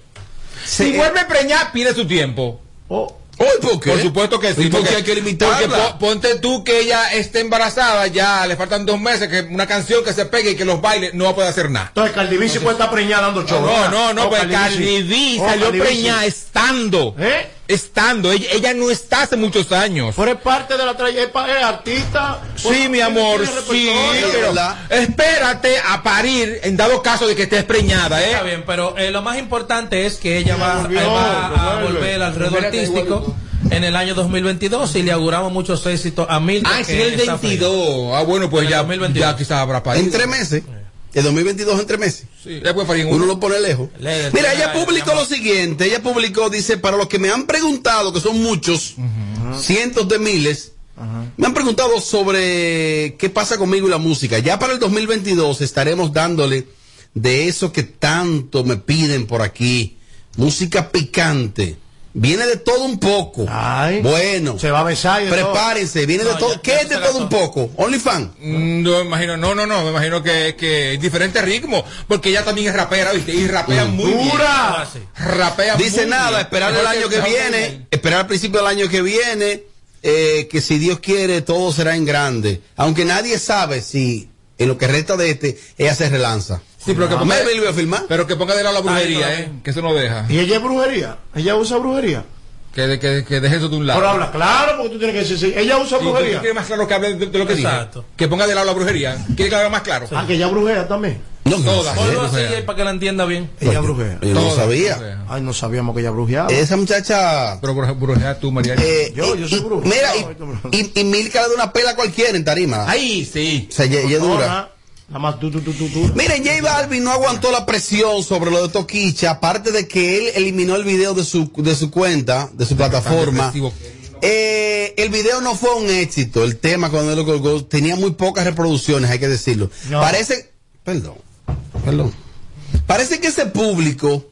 Si eh. vuelve preñada, pide su tiempo. Oh, ¿por qué? Por supuesto que sí. ¿Y por qué hay que limitarla? porque po- ponte tú que ella esté embarazada, ya le faltan dos meses, que una canción que se pegue y que los bailes no va a poder hacer nada. Entonces, Cardi B sí puede estar preñada dando show. No, no, no, Oh, pues Cardi sí. B Oh, salió Cardi B sí. ¿Eh? preñada estando. Estando. Ella, ella no está hace muchos años. Pero es parte de la trayectoria, es artista. Pues, Sí, mi amor, sí, pero espérate a parir en dado caso de que estés preñada, ¿eh? Está bien, pero eh, lo más importante es que ella va, eh, va pues, a volver al ruedo Espérate, artístico en el año 2022 y le auguramos muchos éxitos a Milka. Ah, sí, el 22. Ah, bueno, pues ya, ya quizás habrá parido. En tres meses. El 2022 en tres meses. Sí, ya puede parir en Uno uno. lo pone lejos. Mira, ella publicó lo siguiente. Ella publicó, dice, para los que me han preguntado, que son muchos, cientos de miles, me han preguntado sobre qué pasa conmigo y la música. Ya para el 2022 estaremos dándole de eso que tanto me piden por aquí. Música picante. Viene de todo un poco. bueno. Se va a besar. de Prepárense. todo. Viene de No, todo. ya- ¿Qué ya es se de la todo un poco? OnlyFans. Mm, No me imagino, no, no, no, me imagino que, que diferentes ritmos, porque ella también es rapera, ¿viste? Y rapea Mm. muy bien. Ah, Dura. Rapea Dice muy nada, bien. esperar el Mejor año que Raúl viene, esperar al principio del año que viene, eh, que si Dios quiere todo será en grande. Aunque nadie sabe si en lo que resta de este ella se relanza. Sí, pero que Ah. ponga- Mel Bill iba a firmar. Pero que ponga de lado la brujería, Ay, ¿eh? Que eso no deja. ¿Y ella es brujería? ¿Ella usa brujería? Que, de- que, que deje eso de un lado. Pero habla claro, porque tú tienes que decir, sí, ella usa Sí, ¿tú brujería. quieres más claro que hable de, de lo que dice? Que ponga de lado la brujería. ¿Quiere que hable más claro? Ah, que ella brujea también. No, Todas. Ponlo así ahí para que la entienda bien. Ella brujea. yo no Todas sabía. brujean. Ay, no sabíamos que ella brujeaba. Esa muchacha. Pero brujea tú, María. yo, yo soy brujo. Mira, Eh, y, y, y Milka le da una pela a cualquiera en tarima. Ahí sí. O sea, ella, ella dura. Nada más tú, tú, tú, tú, tú. Miren, J Balvin no aguantó la presión sobre lo de Toquicha, aparte de que él eliminó el video de su, de su cuenta, de su plataforma. depresivo. Eh, el video no fue un éxito, el tema cuando él lo colgó tenía muy pocas reproducciones, hay que decirlo. Parece, perdón, perdón. Parece que ese público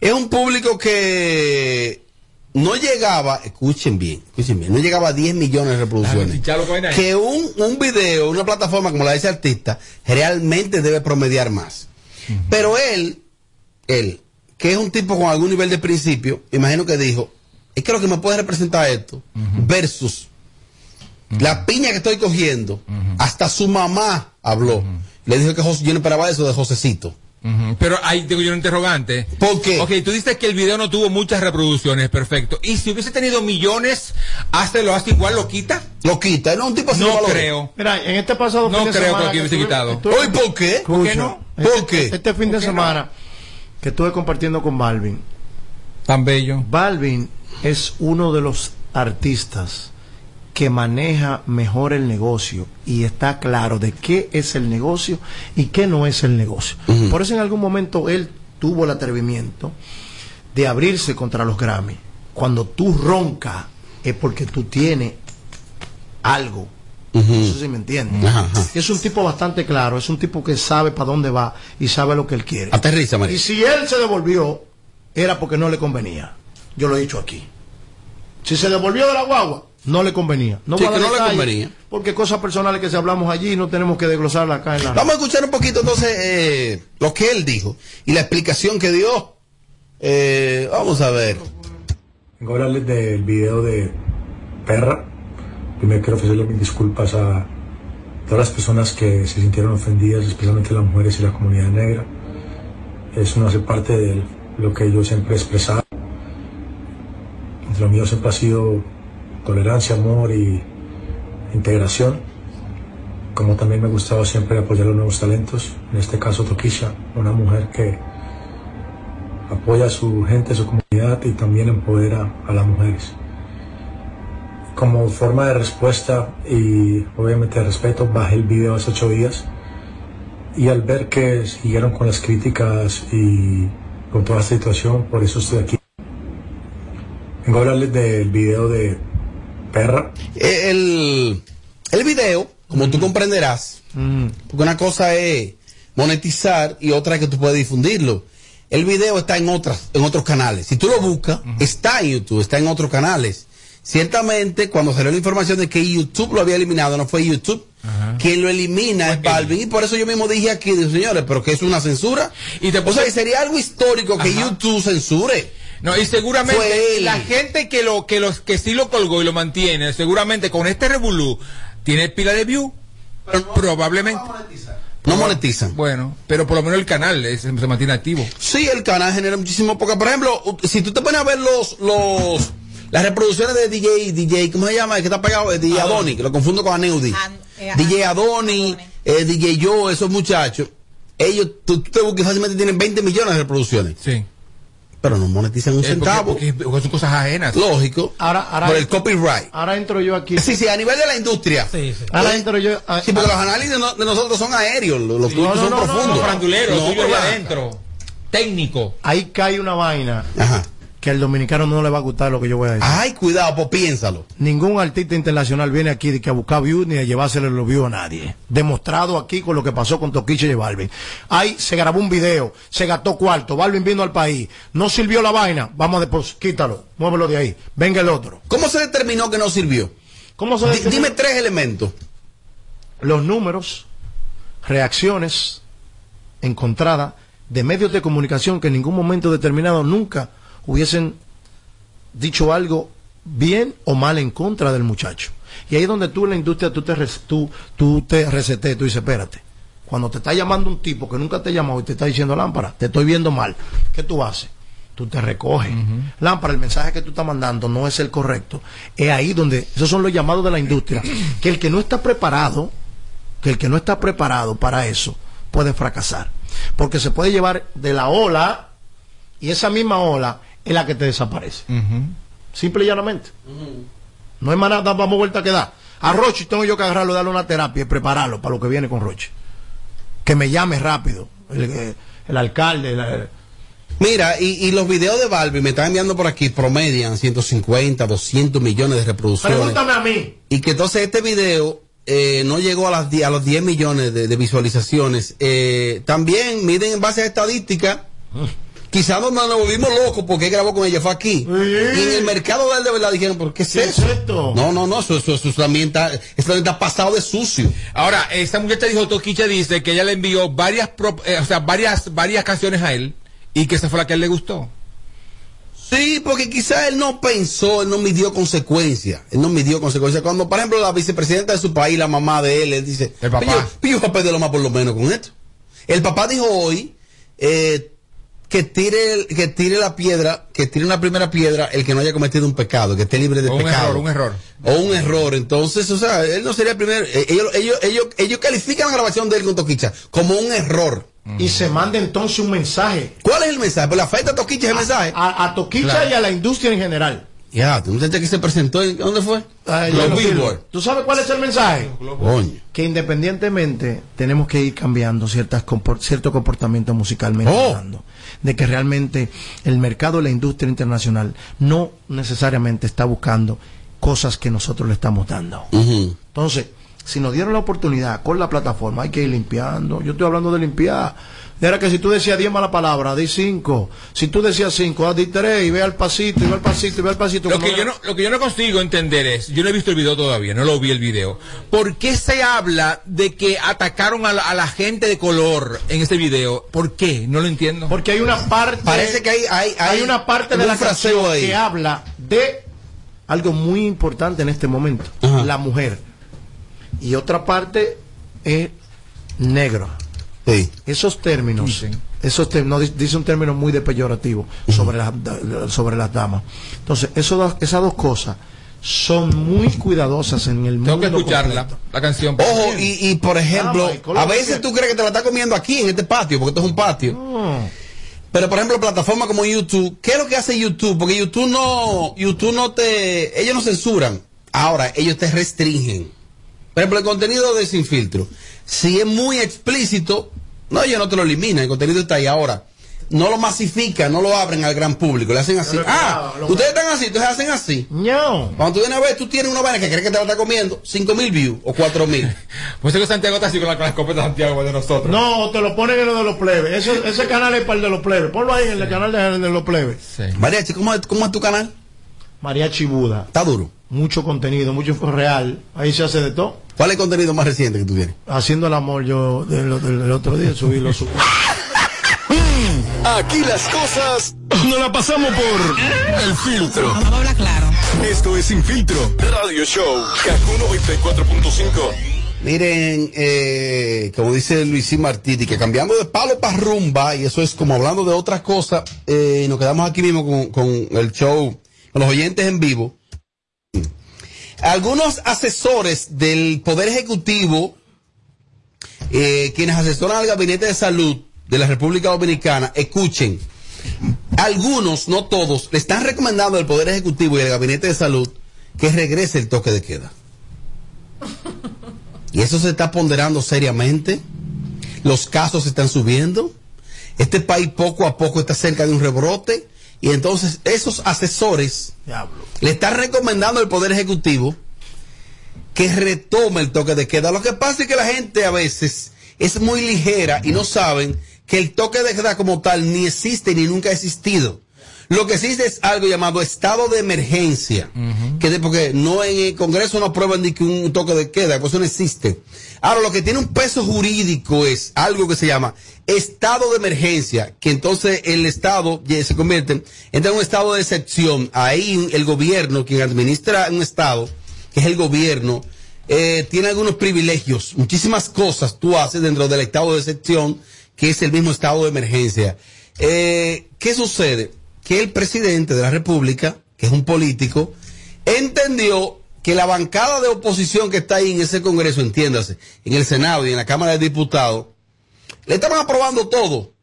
es un público que no llegaba, escuchen bien, escuchen bien, no llegaba a 10 millones de reproducciones. Ya lo cogen ahí. Que un, un video, una plataforma como la de ese artista, realmente debe promediar más. Pero él, él, que es un tipo con algún nivel de principio, imagino que dijo, es que lo que me puede representar esto, versus la piña que estoy cogiendo, hasta su mamá habló. Le dijo que Jos- yo no esperaba eso de Josecito. Ujú, Pero ahí tengo yo un interrogante. ¿Por qué? Ok, tú dices que el video no tuvo muchas reproducciones, perfecto. ¿Y si hubiese tenido millones, hace lo hace igual, lo quita? Lo quita, no un tipo así. No creo. Mira, en este pasado No fin de creo semana que lo hubiese estuve- quitado. estuve- Oye, ¿por qué? ¿Por qué Escucha, no? este- ¿Por qué? Este fin de ¿Por qué semana que estuve compartiendo con Balvin. Tan bello. Balvin es uno de los artistas que maneja mejor el negocio y está claro de qué es el negocio y qué no es el negocio. Por eso en algún momento él tuvo el atrevimiento de abrirse contra los Grammy. Cuando tú roncas es porque tú tienes algo. Mm. No sé si me entiendes. Es un tipo bastante claro, es un tipo que sabe para dónde va y sabe lo que él quiere. Aterriza, María. Y si él se devolvió, era porque no le convenía. Yo lo he dicho aquí. Si se devolvió de la guagua, no le convenía. No Sí, voy a que dar no le detalles, convenía. Porque cosas personales que se hablamos allí no tenemos que desglosarla acá en la Vamos a escuchar un poquito entonces eh, lo que él dijo y la explicación que dio. Eh, vamos a ver. Vengo a hablarles del video de Perra. Primero quiero ofrecerle mis disculpas a todas las personas que se sintieron ofendidas, especialmente las mujeres y la comunidad negra. Eso no hace parte de lo que yo siempre he expresado. entre los míos siempre ha sido tolerancia, amor y integración. Como también me gustaba siempre apoyar los nuevos talentos, en este caso Toquisha, una mujer que apoya a su gente, a su comunidad y también empodera a las mujeres. Como forma de respuesta y obviamente de respeto, bajé el video hace ocho días y al ver que siguieron con las críticas y con toda esta situación, por eso estoy aquí. Vengo a hablarles del video de Perra. Eh, El, el video, como Mm. tú comprenderás, porque una cosa es monetizar y otra es que tú puedes difundirlo. El video está en otras, en otros canales. Si tú lo buscas, está en YouTube, está en otros canales. Ciertamente, cuando salió la información de que YouTube lo había eliminado, no fue YouTube. Quien lo elimina es Balvin. Y por eso yo mismo dije aquí, digo, señores, pero que es una censura. Y te O sea, y sería algo histórico que YouTube censure. No, y Fue seguramente él. la gente que lo que los que sí lo colgó y lo mantiene, seguramente con este revolú tiene pila de view. probablemente. No monetizan. Bueno, pero por lo menos el canal es- se mantiene activo. Eh, Sí, el canal genera muchísimo porque por ejemplo, u- si tú te pones a ver los los las reproducciones de DJ DJ, ¿cómo se llama? El que está pegado es DJ Adoni, que lo confundo con Aneudi. DJ Adoni, eh, DJ Yo, esos muchachos, ellos tú, tú te buscas y fácilmente tienen 20 millones de reproducciones. Sí. Pero no monetizan un Eh, porque- centavo. porque- porque son cosas ajenas. Lógico. por el copyright. Ahora entro yo aquí. Sí, sí, a nivel de la industria. Sí, sí. Ahora entro yo. a- Sí, porque a- los análisis no- de nosotros son aéreos, los los Sí. tuyos No, no, son no, no, profundos. no, frandulero, No, tuyo pero ya va. Adentro. Técnico. Ahí cae una vaina que al dominicano no le va a gustar lo que yo voy a decir. Ay, cuidado, pues piénsalo. Ningún artista internacional viene aquí de que a buscar views ni a llevársele los views a nadie. Demostrado aquí con lo que pasó con Toquiche y Balvin. Ahí se grabó un video, se gastó cuarto, Balvin vino al país, no sirvió la vaina, vamos a después, quítalo, muévelo de ahí, venga el otro. ¿Cómo se determinó que no sirvió? ¿Cómo se Di- Dime tres elementos. Los números, reacciones encontradas de medios de comunicación que en ningún momento determinado nunca hubiesen dicho algo bien o mal en contra del muchacho. Y ahí es donde tú en la industria tú te, res- tú, tú te resetes, tú dices, espérate, cuando te está llamando un tipo que nunca te ha llamado y te está diciendo lámpara, te estoy viendo mal, ¿qué tú haces? Tú te recoges. Lámpara, el mensaje que tú estás mandando no es el correcto. Es ahí donde, esos son los llamados de la industria, que el que no está preparado, que el que no está preparado para eso, puede fracasar. Porque se puede llevar de la ola y esa misma ola es la que te desaparece. Simple y llanamente. No hay más nada, vamos vuelta que da. A Rochi tengo yo que agarrarlo, darle una terapia y prepararlo para lo que viene con Rochi. Que me llame rápido. El, eh, el alcalde. la- Mira, y, y los videos de Balvin me están enviando por aquí, promedian 150, 200 millones de reproducciones. Pregúntame a mí. Y que entonces este video eh, no llegó a, las die- a los 10 millones de, de visualizaciones. Eh, también miden en base a estadísticas. Quizás nos, nos volvimos locos porque él grabó con ella, fue aquí. Y en el mercado de él de verdad dijeron, ¿por qué es eso? No, no, no, eso, eso, eso también está, eso también está pasado de sucio. Ahora, esta muchacha dijo, Toquicha dice que ella le envió varias, pro- eh, o sea, varias, varias canciones a él y que esa fue la que a él le gustó. Sí, porque quizás él no pensó, él no midió consecuencias. Él no midió consecuencias. Cuando, por ejemplo, la vicepresidenta de su país, la mamá de él, él dice: El papá. Yo, papá de lo más por lo menos con esto. El papá dijo hoy eh, que, tire, el- que tire la piedra, que tire una primera piedra el que no haya cometido un pecado, que esté libre de O un pecado. error, un error. O un error. Entonces, o sea, él no sería el primero. Eh, Ellos, ellos, ellos, ellos califican la grabación de él con Toquicha como un error. Y se manda entonces un mensaje. ¿Cuál es el mensaje? Pues la afecta a Toquicha el mensaje. A, a Toquicha Claro. y a la industria en general. Ya, tú muchacha que se presentó, en- ¿dónde fue? Ay, Los yo no sirvo. Billboard. ¿Tú sabes cuál es el mensaje? Coño. Que independientemente tenemos que ir cambiando ciertas compor- cierto comportamiento musicalmente Oh. hablando. De que realmente el mercado, la industria internacional, no necesariamente está buscando cosas que nosotros le estamos dando. Entonces, si nos dieron la oportunidad con la plataforma, hay que ir limpiando. Yo estoy hablando de limpiar. Era que si tú decías 10 malas palabras, di 5. Si tú decías 5, di 3 y ve al pasito, y ve al pasito, y ve al pasito. Lo Como que, yo no, lo que yo no consigo entender es, yo no he visto el video todavía, no lo vi el video. ¿Por qué se habla de que atacaron a la, a la gente de color en este video? ¿Por qué? No lo entiendo. Porque hay una parte. Parece que hay, hay, hay una parte de un la fraseo canción ahí. que habla de algo muy importante en este momento, la mujer. Y otra parte es negro. Esos términos, esos términos- no, di- dice un término muy depeyorativo sobre, las, da- sobre las damas. Entonces, eso, dos- esas dos cosas son muy cuidadosas en el mundo. Tengo que escucharla, la canción. Ojo, y, y, por ejemplo, Ah, Michael, a lo veces que- tú crees que te la está comiendo aquí en este patio, porque esto es un patio. Mm. Pero por ejemplo, plataformas como YouTube, ¿qué es lo que hace YouTube? Porque YouTube no, YouTube no te, ellos no censuran. Ahora, ellos te restringen. Por ejemplo, el contenido de Sin Filtro. Si es muy explícito, no, ellos no te lo eliminan, el contenido está ahí ahora. No lo masifican, no lo abren al gran público, le hacen así. Pero, ah, claro, lo- ustedes están así, entonces hacen así. No. Cuando tú vienes a ver, tú tienes una vaina que crees que te la está comiendo, 5 mil views o 4 mil. Pues es que Santiago está así con la, con la escopeta de Santiago de nosotros. No, te lo ponen en el de los plebes. Ese, ese canal es para el de los plebes. Ponlo ahí en el canal de, de los plebes. Mariachi, ¿cómo es, ¿cómo es tu canal? Mariachi Buda. Está duro. Mucho contenido, mucho info real. Ahí se hace de todo. ¿Cuál es el contenido más reciente que tú tienes? Haciendo el amor, yo el, el- el otro día subí lo subí. Aquí las cosas no la pasamos por el filtro. Vamos a hablar claro. Esto es Sin Filtro Radio Show. Kaku 94.5. Miren, eh, como dice Luisín Martiti, que cambiando de palo para rumba, y eso es como hablando de otras cosas, eh, nos quedamos aquí mismo con, con el show, con los oyentes en vivo. Algunos asesores del Poder Ejecutivo, eh, quienes asesoran al Gabinete de Salud de la República Dominicana, escuchen, algunos, no todos, le están recomendando al Poder Ejecutivo y al Gabinete de Salud que regrese el toque de queda. Y eso se está ponderando seriamente. Los casos están subiendo. Este país poco a poco está cerca de un rebrote. Y entonces esos asesores Diablo. le están recomendando al Poder Ejecutivo que retome el toque de queda. Lo que pasa es que la gente a veces es muy ligera y no saben que el toque de queda como tal ni existe ni nunca ha existido. Lo que existe es algo llamado estado de emergencia. que de- porque no en el Congreso no aprueban ni que un toque de queda, pues eso no existe. Ahora, lo que tiene un peso jurídico es algo que se llama estado de emergencia, que entonces el Estado ya se convierte en un estado de excepción. Ahí el gobierno, quien administra un Estado, que es el gobierno, eh, tiene algunos privilegios. Muchísimas cosas tú haces dentro del estado de excepción, que es el mismo estado de emergencia. Eh, ¿Qué sucede? Que el presidente de la República, que es un político, entendió que la bancada de oposición que está ahí en ese Congreso, entiéndase, en el Senado y en la Cámara de Diputados, le estaban aprobando todo,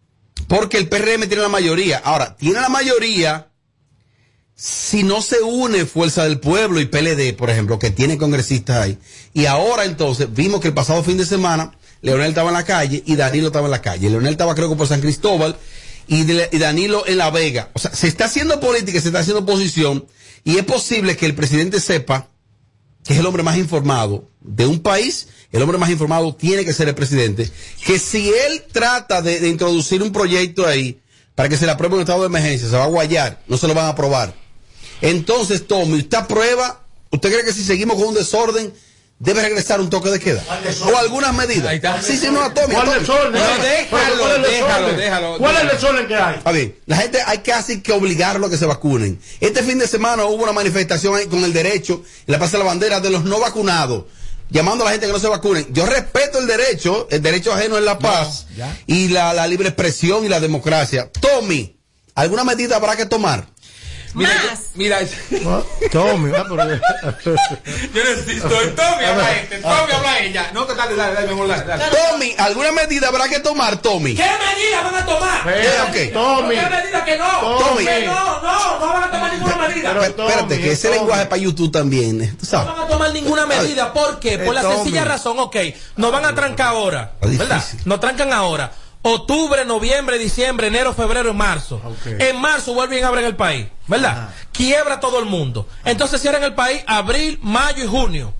porque el PRM tiene la mayoría. Ahora, tiene la mayoría si no se une Fuerza del Pueblo y PLD, por ejemplo, que tiene congresistas ahí. Y ahora entonces vimos que el pasado fin de semana Leonel estaba en la calle y Danilo estaba en la calle. Leonel estaba creo que por San Cristóbal y, de- y Danilo en La Vega. O sea, se está haciendo política, se está haciendo oposición y es posible que el presidente sepa que es el hombre más informado de un país, el hombre más informado tiene que ser el presidente, que si él trata de, de introducir un proyecto ahí para que se le apruebe un estado de emergencia, se va a guayar, no se lo van a aprobar. Entonces, Tommy, usted aprueba, ¿usted cree que si seguimos con un desorden, debe regresar un toque de queda? O algunas medidas. Sí, sí, no, a Tommy. a ¿Cuál Tommy. desorden? Pero, ¿cuál es el desorden? ¿Cuál es el desorden que hay? Está bien. La gente hay casi que obligarlo a que se vacunen. Este fin de semana hubo una manifestación ahí con el derecho, en la Plaza de la Bandera, de los no vacunados, llamando a la gente que no se vacunen. Yo respeto el derecho, el derecho ajeno es la paz ya. y la, la libre expresión y la democracia. Tommy, ¿alguna medida habrá que tomar? Mira, yo- mira, Tommy, yo necesito. Tommy, habla este. Ah, Tommy, habla ella. No, que dale, dale, dale, mi amor, dale, dale. Tommy, ¿alguna medida habrá que tomar, Tommy? ¿Qué medida van a tomar? Eh, ok. Tommy. ¿Qué medida que no? Tommy. Que no, no, no van a tomar ninguna medida. Pero espérate, que ese lenguaje para YouTube también, eh, tú sabes. No van a tomar ninguna medida. ¿Por qué? Por la Tome. sencilla razón, ok, nos van a trancar ahora, ¿verdad? Nos trancan ahora. Octubre, noviembre, diciembre, enero, febrero y marzo. En marzo vuelven y abren el país, ¿verdad? Quiebra todo el mundo. Entonces cierran el país abril, mayo y junio.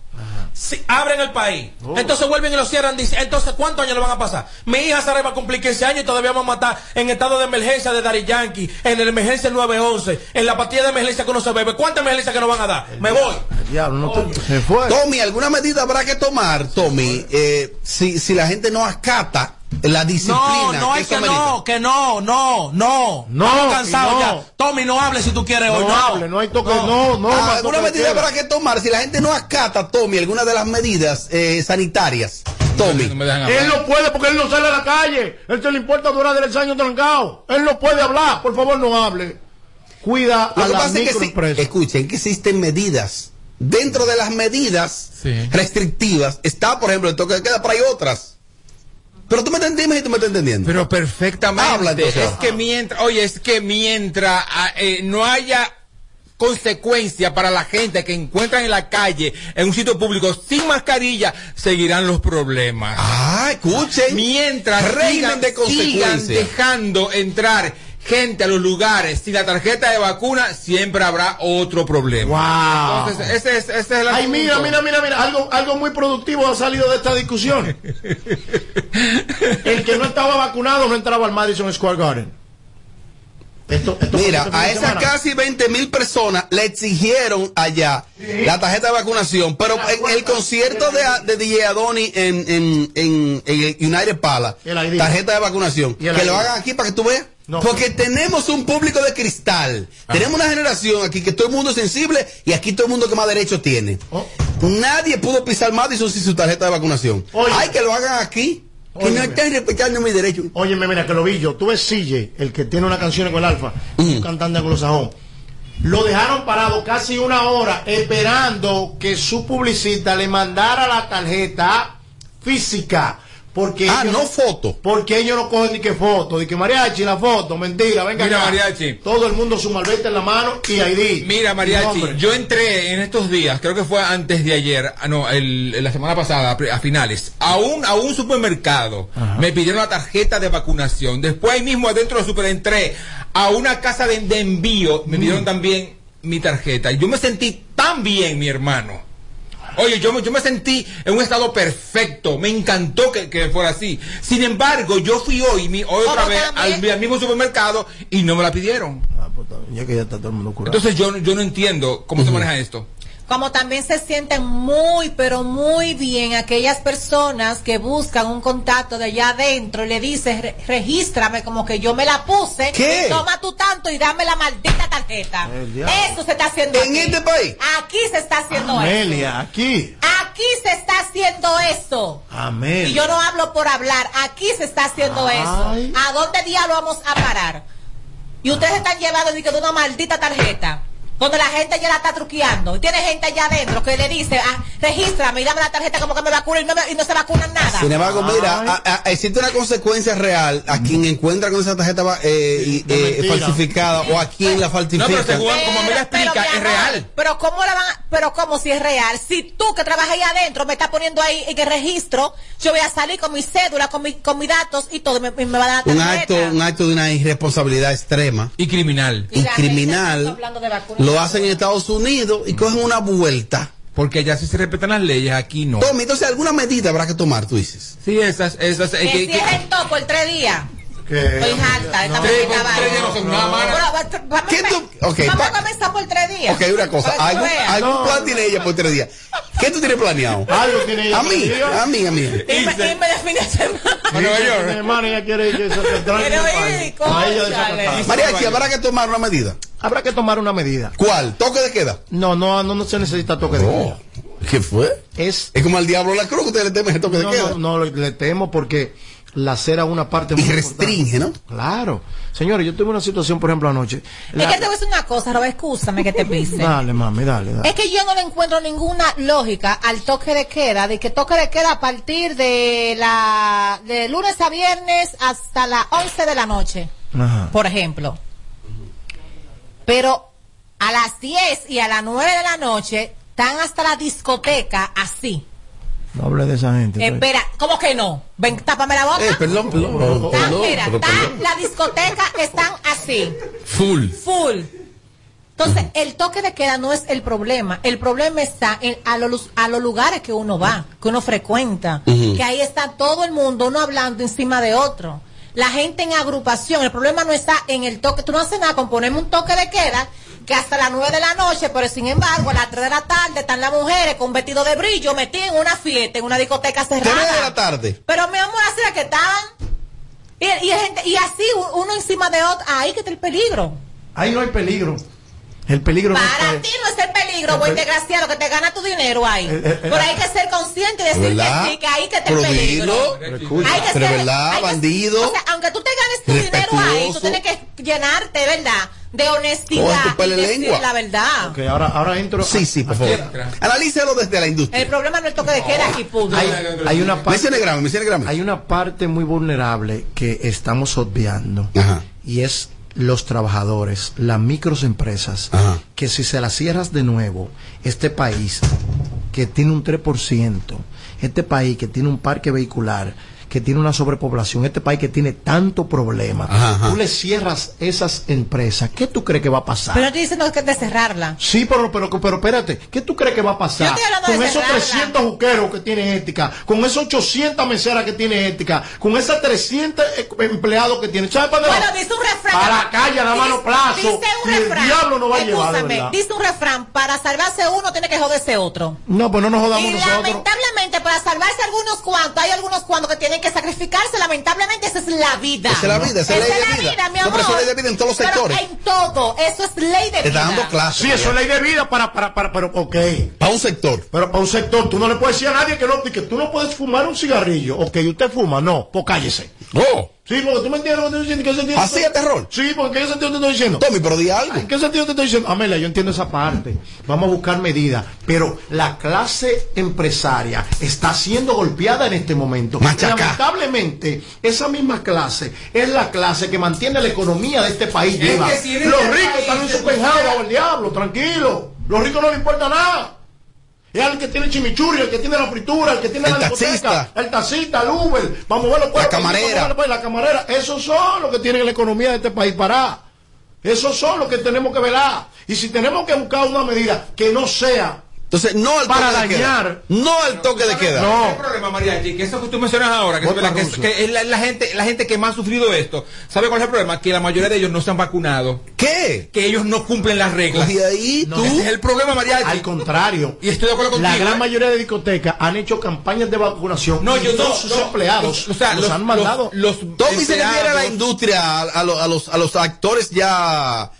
Sí, abren el país. Entonces vuelven y lo cierran. Dice, entonces, ¿cuántos años le van a pasar? Mi hija Sara va a cumplir 15 años y todavía vamos a matar en estado de emergencia de Dari Yankee, en la emergencia 911, en la partida de emergencia que no se bebe. ¿Cuántas emergencias que nos van a dar? Me voy. Diablo, no te- se fue. Tommy, ¿alguna medida habrá que tomar, Tommy, eh, si, si la gente no acata la disciplina? No, no hay eso que amerita? no, que no, no, no. No, Estamos cansados y no. ya. Tommy, no hable si tú quieres hoy. No No hable, no hay toque, no, no, Ah, más ¿Alguna toque de medida queda. habrá que tomar si la gente no acata, Tommy, alguna de las medidas eh, sanitarias? Tommy. Él no puede porque él no sale a la calle. Él te le importa durar tres años trancado. Él no puede hablar. Por favor, no hable. Cuida Lo a que la pasa es que sí- microempresa. escuchen, que existen medidas. Dentro de las medidas restrictivas está, por ejemplo, el toque de queda, pero hay otras. Pero tú me entendiste y tú me estás entendiendo. Pero perfectamente. Habla entonces. Es que mientras, oye, es que mientras ah, eh, no haya consecuencia para la gente que encuentran en la calle, en un sitio público, sin mascarilla, seguirán los problemas. Ah, escuchen. Mientras Régimen sigan, de consecuencia. sigan dejando entrar gente a los lugares sin la tarjeta de vacuna, siempre habrá otro problema. Ah. Wow. Entonces, ese es, ese es el Ay, asunto. mira, mira, mira, mira. Algo, algo muy productivo ha salido de esta discusión. El que no estaba vacunado no entraba al Madison Square Garden. Esto, esto Mira, fue este fin a de esas semana. casi 20 mil personas le exigieron allá la tarjeta de vacunación, pero en el concierto de, de DJ Adoni en, en, en, en el United Pala, El ID. tarjeta de vacunación, el que lo ID. hagan aquí para que tú veas. Porque tenemos un público de cristal. Tenemos una generación aquí que todo el mundo es sensible y aquí todo el mundo que más derecho tiene. Oh. Nadie pudo pisar Madison sin su tarjeta de vacunación. Hay que lo hagan aquí. Que no estén respetando mi derecho. Óyeme, mira, que lo vi yo. Tú ves CJ, el que tiene una canción con el Alfa, un cantante anglosajón. Lo dejaron parado casi una hora esperando que su publicista le mandara la tarjeta física. Porque Ah, no foto. Porque ellos no cogen ni que foto. Ni que mariachi, la foto, mentira, venga Mira, acá. mariachi. Todo el mundo su malvete en la mano y ID. Mira, Mariachi, Nombre. yo entré en estos días, creo que fue antes de ayer, ah, no, el- la semana pasada, a pri- a finales, a un, a un supermercado. Me pidieron la tarjeta de vacunación. Después ahí mismo adentro del super entré a una casa de, de envío. Me pidieron también mi tarjeta. Y yo me sentí tan bien, mi hermano. Oye, yo, me- yo me sentí en un estado perfecto. Me encantó que, que fuera así. Sin embargo, yo fui hoy, mi, hoy otra vez al, al mismo supermercado y no me la pidieron. Ya que ya está todo el mundo curado. Entonces yo, no- yo no entiendo cómo se maneja esto. Como también se sienten muy, pero muy bien aquellas personas que buscan un contacto de allá adentro y le dicen, "Re- regístrame como que yo me la puse, ¿Qué? y toma tú tanto y dame la maldita tarjeta. El diablo. Eso se está haciendo. ¿En este país? Ah, Aquí se está haciendo eso. Amelia, aquí. Aquí se está haciendo eso. Amelia. Y yo no hablo por hablar, aquí se está haciendo Ay. eso. ¿A dónde diablo vamos a parar? Y ustedes están llevando ni que de una maldita tarjeta, donde la gente ya la está truqueando. Y tiene gente allá adentro que le dice, ah, regístrame y dame la tarjeta como que me vacuno y no, me- y no se vacunan nada. Sin embargo, mira, a- a- existe una consecuencia real a quien encuentra con esa tarjeta va- eh, y, eh, mentira. falsificada o a quien la falsifica. Eh, mi amor, Pero cómo la van, a- pero cómo si es real, si tú que trabajas ahí adentro me estás poniendo ahí en el registro, yo voy a salir con mi cédula, con mi, con mis datos y todo, y me, y me va a dar la Un tarjeta. acto, un acto de una irresponsabilidad extrema y criminal Y y la gente está criminal hablando de vacunas. lo hacen en Estados Unidos y cogen una vuelta. Porque allá sí se respetan las leyes, aquí no. Tommy, entonces alguna medida habrá que tomar, tú dices. Sí, esas, esas. eh, Que cierre el topo el tres días. Estoy harta de Tres- esta maldita tres días vaina. no son nada, mana. Pero va- t- vamos a empe- Ok, vamos pa- a comenzar por tres días. Ok, una cosa, Para que tú algún, veas. algún No. plan tiene ella por tres días. ¿Qué tú tienes planeado? Algo tiene ella A mí, planeado. a mí, a mí. Irme, irme de fin de semana. Mi hermana ya quiere que se retraiga Quiero del ir, país. A ella cónchale. desacatada. Mariachi, habrá que tomar una medida. Habrá que tomar una medida. ¿Cuál? ¿Toque de queda? No, no, no, no se necesita toque de queda. ¿Qué fue? Es, es como al diablo la cruz que usted le teme el toque de no, queda. No, no, le- le temo porque lacera una parte y restringe, ¿no? Claro. Señores, yo tuve una situación, por ejemplo, anoche. Es La- que te voy a decir una cosa, Roba, escúchame que te pise. Dale, mami, dale, dale. Es que yo no le encuentro ninguna lógica al toque de queda, de que toque de queda a partir de la de lunes a viernes hasta las 11 de la noche, Ajá. por ejemplo. Pero a las 10 y a las 9 de la noche están hasta la discoteca así. No hable de esa gente. pues. Espera, ¿cómo que Eh, no? Ven, tápame la boca. Eh, perdón, perdón, perdón, Está- perdón, mira, pero está- perdón. la discoteca están así. Full. Full. Entonces, el toque de queda no es el problema. El problema está en, a, los, a los lugares que uno va, que uno frecuenta. Ujú. Que ahí está todo el mundo, uno hablando encima de otro. La gente en agrupación. El problema no está en el toque. Tú no haces nada con ponerme un toque de queda que hasta las 9 de la noche, pero sin embargo, a las 3 de la tarde están las mujeres con vestido de brillo metidas en una fiesta, en una discoteca cerrada. Tres de la tarde. Pero mi amor, así era que estaban. Y, y, gente- y así u- uno encima de otro. Ahí que está el peligro. Ahí no hay peligro. El peligro no Eh, Para está- ti no es el peligro, buen desgraciado, que te gana tu dinero ahí. Eh, eh, eh, Pero hay que ser consciente y decir ¿Verdad? Este, que sí, que ahí que está el Pero peligro. dilo, Hay que pero ser- verdad, hay que- bandido. O sea, aunque tú te ganes tu dinero ahí, tú Respetuoso. tienes que llenarte, ¿verdad? De honestidad. Con tu y decir pelelengua. la verdad. Ok, ahora, ahora entro. Sí, sí, por favor. Analízalo desde la industria. El problema no es el toque de queda aquí, punto. Hay, hay una parte. grave, Hay una parte muy vulnerable que estamos obviando. Y es los trabajadores, las microempresas, que si se las cierras de nuevo, este país que tiene un 3%, este país que tiene un parque vehicular, que tiene una sobrepoblación, este país que tiene tanto problema, tú le cierras esas empresas, ¿qué tú crees que va a pasar? Pero yo estoy diciendo que es de cerrarla. Sí, pero, pero, pero espérate, ¿qué tú crees que va a Yo pasar? estoy hablando Con de esos cerrarla. 300 juqueros que tienen ética, con esos 800 meseras que tienen ética, con esas 300 e- empleados que tienen. ¿Sabes para dónde Bueno, va? dice un refrán. Para la calle, a la mano plazo. Dice un y el refrán. diablo no va a llevar, de Escúchame, verdad. dice un refrán. Para salvarse uno, tiene que joderse otro. No, pues no nos jodamos y nosotros. lamentablemente, para salvarse algunos cuantos, hay algunos cuantos que tienen que sacrificarse. Lamentablemente, esa es la vida. Esa es la vida, esa es ley de la vida. mi No, amor. pero eso es ley de vida en todos los Pero sectores. En todo. Eso es ley de vida. Sí, eso es ley de vida para, para, para, pero, ok. Para un sector. Pero para un sector, tú no le puedes decir a nadie que no, que tú no puedes fumar un cigarrillo. Ok, usted fuma, no, pues cállese. No. Sí, porque tú me entiendes lo que estoy diciendo. ¿Qué sentido Así es terror. Sí, porque ¿qué sentido te estoy diciendo? Tommy, pero di algo. ¿En qué sentido te estoy diciendo? Amelia, yo entiendo esa parte. Vamos a buscar medidas. Pero la clase empresaria está siendo golpeada en este momento. Lamentablemente, esa misma clase es la clase que mantiene la economía de este país. Es viva. que si en Los este ricos país están en se su pejado, bajo el diablo, tranquilo. Los ricos no les importa nada. Es al que tiene el chimichurri, el que tiene la fritura, el que tiene El la discoteca, taxista. el taxista, el Uber, vamos a ver los pueblos, camarera. vamos a ver los pueblos, la camarera, esos son los que tienen la economía de este país pará. Esos son los que tenemos que velar. Y si tenemos que buscar una medida que no sea Entonces, no al para toque de queda. dañar, no al toque de queda. No. El problema, Mariachi, que eso que tú mencionas ahora, que, es verdad, que es, que es la, la gente, la gente que más ha sufrido esto, ¿sabe cuál es el problema? Que la mayoría de ellos no se han vacunado. ¿Qué? Que ellos no cumplen las reglas. Cogí ahí, No, tú. ese es el problema, Mariachi. Al contrario. Y estoy de acuerdo contigo. la gran ¿eh? mayoría de discotecas han hecho campañas de vacunación. No, y yo no, todos sus no, empleados los- o sea, los, los- han mandado. los- Tommy se refiere a la industria, a, a lo- a los, a los actores ya.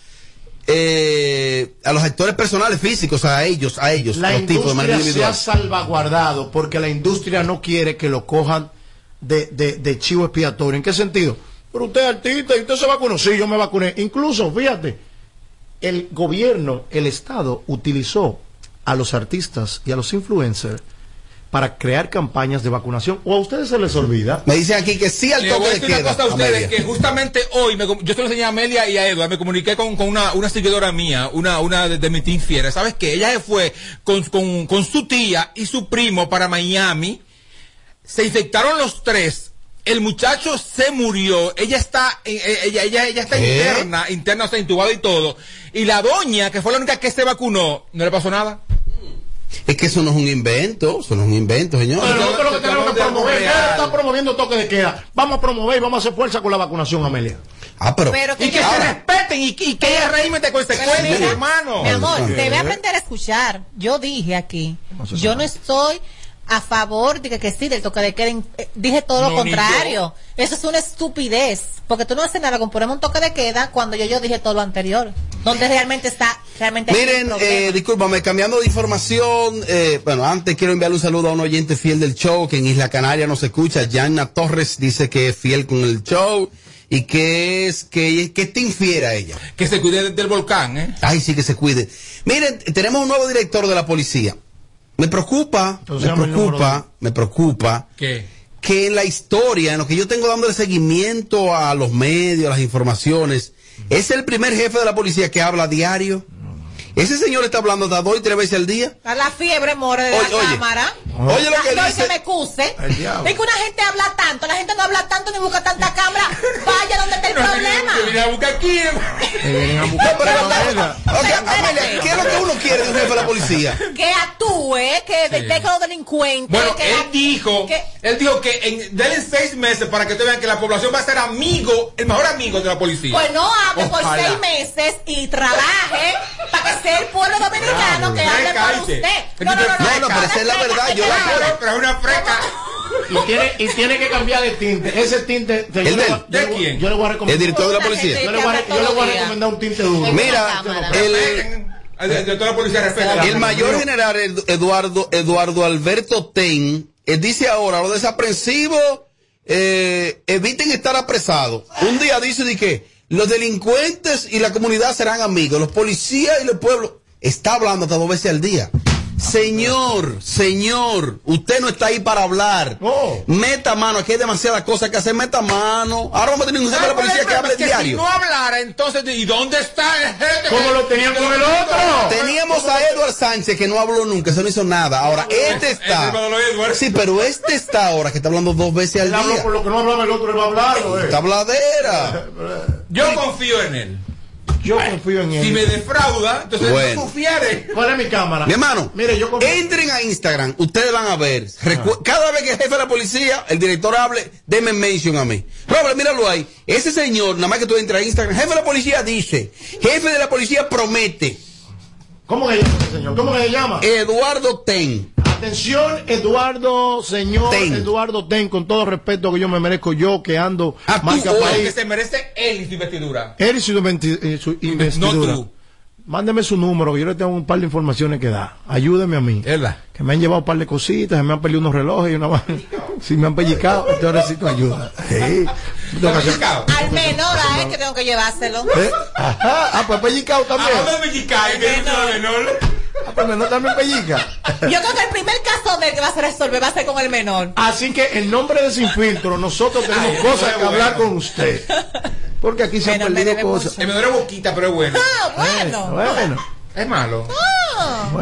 eh, a los actores personales físicos, a ellos, a ellos, a La los tipos de manera industria se ha individual. salvaguardado porque la industria no quiere que lo cojan de, de- de chivo expiatorio. ¿En qué sentido? Pero usted es artista y usted se vacunó. Sí, yo me vacuné. Incluso, fíjate, el gobierno, el Estado, utilizó a los artistas y a los influencers para crear campañas de vacunación. ¿O a ustedes se les olvida? Me dicen aquí que sí al Le voy toque a de decir una queda. cosa a este ustedes Amelia. que justamente hoy, me com- yo se lo enseñé a Amelia y a Eduard, me comuniqué con, con una, una seguidora mía, una, una de, de mi team fiera, ¿sabes qué? Ella se fue con, con, con su tía y su primo para Miami, se infectaron los tres, el muchacho se murió, ella está, eh, eh, ella, ella, ella está ¿Qué? interna, interna, o sea, intubada y todo, y la doña, que fue la única que se vacunó, no le pasó nada. Es que eso no es un invento, eso no es un invento, señor. Pero nosotros lo que se tenemos que acabó de promover, real. ya está promoviendo toque de queda. Vamos a promover y vamos a hacer fuerza con la vacunación, Amelia. Ah, pero. y que se respeten y, que- y que haya régimen de consecuencias, Mira, hermano. Mi amor, Sí. debe aprender a escuchar. Yo dije aquí, yo no estoy a favor de que, que sí, del toque de queda. Eh, Dije todo lo No, ni contrario. Eso es una estupidez. Porque tú no haces nada con poner un toque de queda cuando yo, yo dije todo lo anterior. Donde realmente está, realmente hay un Miren, problema. eh, discúlpame, cambiando de información, eh, bueno, antes quiero enviarle un saludo a un oyente fiel del show que en Isla Canaria nos escucha, Yanna Torres dice que es fiel con el show y que es que, que te infiera ella. Que se cuide del volcán, ¿eh? Ay, sí, que se cuide. Miren, tenemos un nuevo director de la policía. Me preocupa, Entonces, me llama el número preocupa, me preocupa ¿Qué? que en la historia, en lo que yo tengo dándole seguimiento a los medios, a las informaciones, es el primer jefe de la policía que habla a diario. Ese señor está hablando hasta dos y tres veces al día. Está la fiebre, more, de la Oye, oye. cámara. Oye lo que Ah, no, y dice- me excuse. El diablo. Es que una gente habla tanto, la gente no habla tanto ni busca tanta cámara. Vaya donde está el problema. Ok, Amelia, ¿qué es lo que uno quiere de un jefe de la policía? que actúe, que detenga a los delincuentes. Bueno, que él dijo, él dijo que en, denle seis meses para que te vean que la población va a ser amigo, el mejor amigo de la policía. pues no hable por Ojalá. seis meses y trabaje para que sea el pueblo dominicano que hable por Freca, usted. ¿viste? Es que No, usted- no, pero esa es la verdad, yo la Pero es una freca. Y tiene, y tiene que cambiar de tinte. Ese tinte. ¿El de yo le él? voy a- yo le voy- Yo le voy a recomendar. ¿El director de la policía? Yo le voy a, re- yo le voy a recomendar un tinte duro. Mira, el, el mayor general Edu- Eduardo, Eduardo Alberto Ten eh, dice ahora, los desaprensivos eh, eviten estar apresados. Un día dice de que los delincuentes y la comunidad serán amigos, los policías y el pueblo. Está hablando hasta dos veces al día. Señor, señor, usted no está ahí para hablar. Meta mano, aquí hay demasiadas cosas que hacer. Meta mano. Ahora vamos a tener un jefe de la policía que hable Es que si diario. no hablara, entonces, ¿y dónde está el jefe? Teníamos a Edward Sánchez que no habló nunca, eso no hizo nada. Ahora, este está. Sí, pero este está ahora que está hablando dos veces al Él habló día. por lo que no hablaba el otro, él va a hablar. ¿eh? Está habladera. Yo confío en él. Yo confío en él. Si me defrauda, entonces Bueno. no confiaré. ¿Cuál es mi cámara? Mi hermano, entren a Instagram, ustedes van a ver. Ah. Recu- Cada vez que el jefe de la policía, el director hable, denme mention a mí. Robert, míralo ahí. Ese señor, nada más que tú entras a Instagram, jefe de la policía dice, jefe de la policía promete. Eh, ¿Cómo que llama ese señor? ¿Cómo que se llama? Eduardo Ten. Atención, Eduardo, señor Ten. Eduardo Ten, con todo respeto que yo me merezco, yo que ando marca que país. se merece él y su investidura. Él y su, inventi- eh, su investidura. Mándeme su número, que yo le tengo un par de informaciones que dar. Ayúdeme a mí. Que me han llevado un par de cositas, me han pedido unos relojes y una vaina. Si me han pellicado, yo necesito ayuda. Sí. Tengo que hacer- Al menor, a él que tengo que llevárselo. ¿Eh? Ajá, ah, pues pellicado también. Hablando Ah, pues menor también pellica. Yo creo que el primer caso del que va a ser resolver va a ser con el menor. Así que en nombre de Sin Filtro, nosotros tenemos Ay, cosas es que hablar bueno. con usted. Porque aquí se han perdido cosas. Eh, me duele boquita, pero es bueno. Ah, bueno. Eh, bueno. Es malo.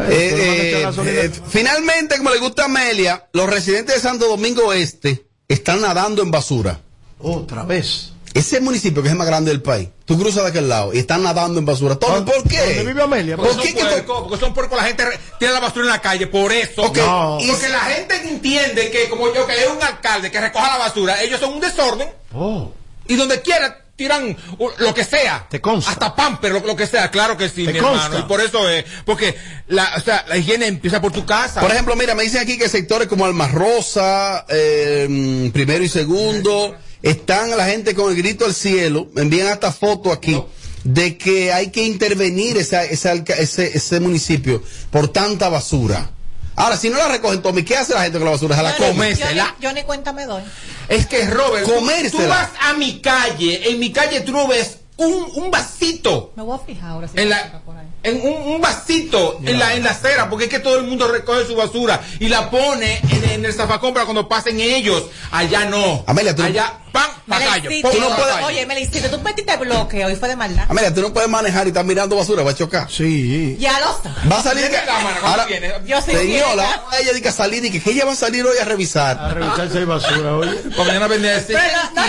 Eh, eh, eh, finalmente, como le gusta a Amelia, los residentes de Santo Domingo Este están nadando en basura. Otra vez. Ese municipio que es el más grande del país, tú cruzas de aquel lado y están nadando en basura. Tommy, ¿Por qué? Ah, vive Amelia? ¿Por Porque qué? son puercos, porque son puercos, la gente re- tiene la basura en la calle, por eso. Ok, No. y- Porque la gente entiende que como yo, que es un alcalde que recoja la basura, ellos son un desorden. Oh. Y donde quiera tiran uh, lo que sea. Te consta. Hasta pamper, lo, lo que sea, claro que sí, Te mi consta. hermano. Y por eso es, porque la, o sea, la higiene empieza por tu casa. Por ejemplo, mira, me dicen aquí que sectores como Alma Rosa, eh, primero y segundo, están la gente con el grito al cielo, me envían hasta foto aquí, de que hay que intervenir esa- esa alca- ese, ese municipio por tanta basura. Ahora, si no la recogen, Tommy, ¿qué hace la gente con la basura? Se la Yo ni- come. yo ni- Yo ni cuenta me doy. Es que Robert, tú- tú Comérsela. vas a mi calle, en mi calle tú no ves un, un vasito. Me voy a fijar ahora. si En me la- toca por ahí. en un, un vasito en la en la acera porque es que todo el mundo recoge su basura y la pone en, en el zafacón para cuando pasen ellos allá no Amelia, tú- allá pam Me la pagallo hiciste, pum, pa' oye, gallo. Oye, me la hiciste. Tú metiste bloqueo y fue de maldad. Ah, mira, tú no puedes manejar y estás mirando basura, va a chocar. Sí. Ya lo sabes. Va a salir Tiene que- la mano, ¿cómo ahora, tiene? Yo soy señora, ciega. ahora ella dice que salir y que que ella va a salir hoy a revisar. A revisar si hay basura hoy. Pues mañana vendrá a decir,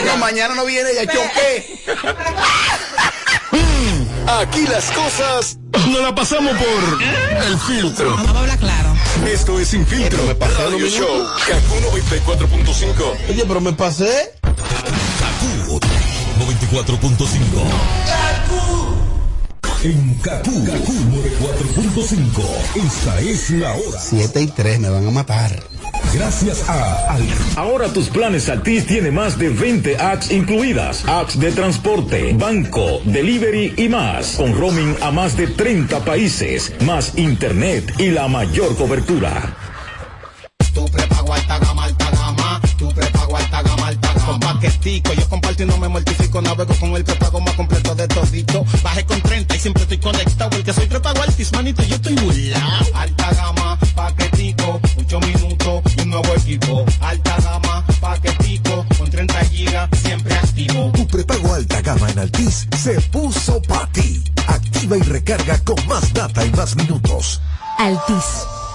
No, mañana no viene ella, choqué. Mm, Aquí las cosas no la pasamos por el filtro. Vamos a hablar claro. Esto es Sin Filtro. Radio Show Kakuno 94.5. Oye, pero me pasé. 94.5. En Kaku, Kaku 94.5. Esta es la hora. 7 y 3 me van a matar. Gracias a Ahora tus planes Altis tiene más de 20 apps incluidas. Apps de transporte, banco, delivery y más. Con roaming a más de 30 países. Más internet y la mayor cobertura. Tu prepago alta gama, alta gama. Tu prepago alta gama, alta gama. Con paquetico, yo comparto y no me mortifico. Navego con el prepago más completo de todito. Bajé con 30 y siempre estoy conectado. Porque soy prepago altis, manito, yo estoy burlao. Alta gama, paquetico. 8 minutos y un nuevo equipo. Alta gama, paquetico. Con 30 gigas, siempre activo. Tu prepago alta gama en Altis se puso para ti. Activa y recarga con más data y más minutos. Altis.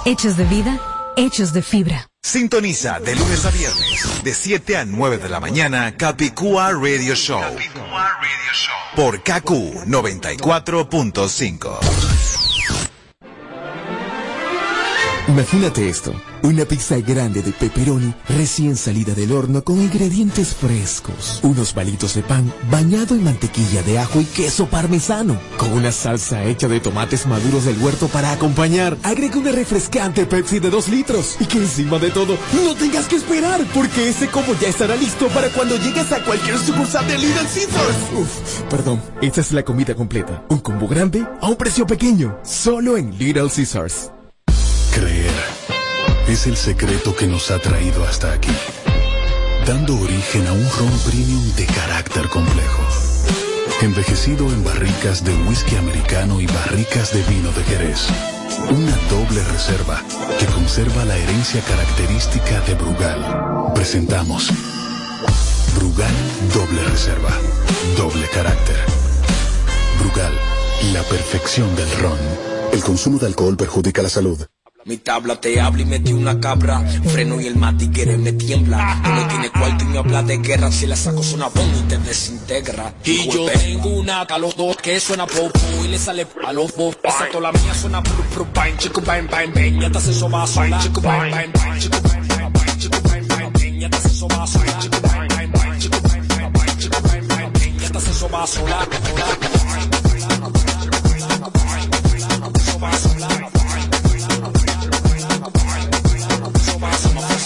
Hechos de vida, hechos de fibra. Sintoniza de lunes a viernes, de 7 a 9 de la mañana, Capicúa Radio Show. Por KQ 94.5. Imagínate esto, una pizza grande de pepperoni recién salida del horno con ingredientes frescos, unos palitos de pan bañado en mantequilla de ajo y queso parmesano, con una salsa hecha de tomates maduros del huerto para acompañar. Agrega una refrescante Pepsi de 2 litros y que encima de todo no tengas que esperar porque ese combo ya estará listo para cuando llegues a cualquier sucursal de Little Caesars. Uf, perdón, esta es la comida completa, un combo grande a un precio pequeño, solo en Little Caesars. Creer es el secreto que nos ha traído hasta aquí, dando origen a un ron premium de carácter complejo, envejecido en barricas de whisky americano y barricas de vino de Jerez. Una doble reserva que conserva la herencia característica de Brugal. Presentamos Brugal Doble Reserva, Doble Carácter. Brugal, la perfección del ron. El consumo de alcohol perjudica la salud. Mi tabla te habla y metí una cabra. Freno y el matiguere me tiembla. Tú no tienes cuarto y me habla de guerra. Si la saco suena bomba y te desintegra. Y yo Golpe. tengo una a los dos que suena popo y le sale a los dos. Esa tola mía suena pru pru pain, chico pain pain pain. Ya te hace soba sola. Chico pain pain pain, chico pain pain pain, chico pain pain pain. Ya te hace soba sola. Chico pain pain pain, chico pain pain pain, chico pain pain pain. Ya te hace soba sola.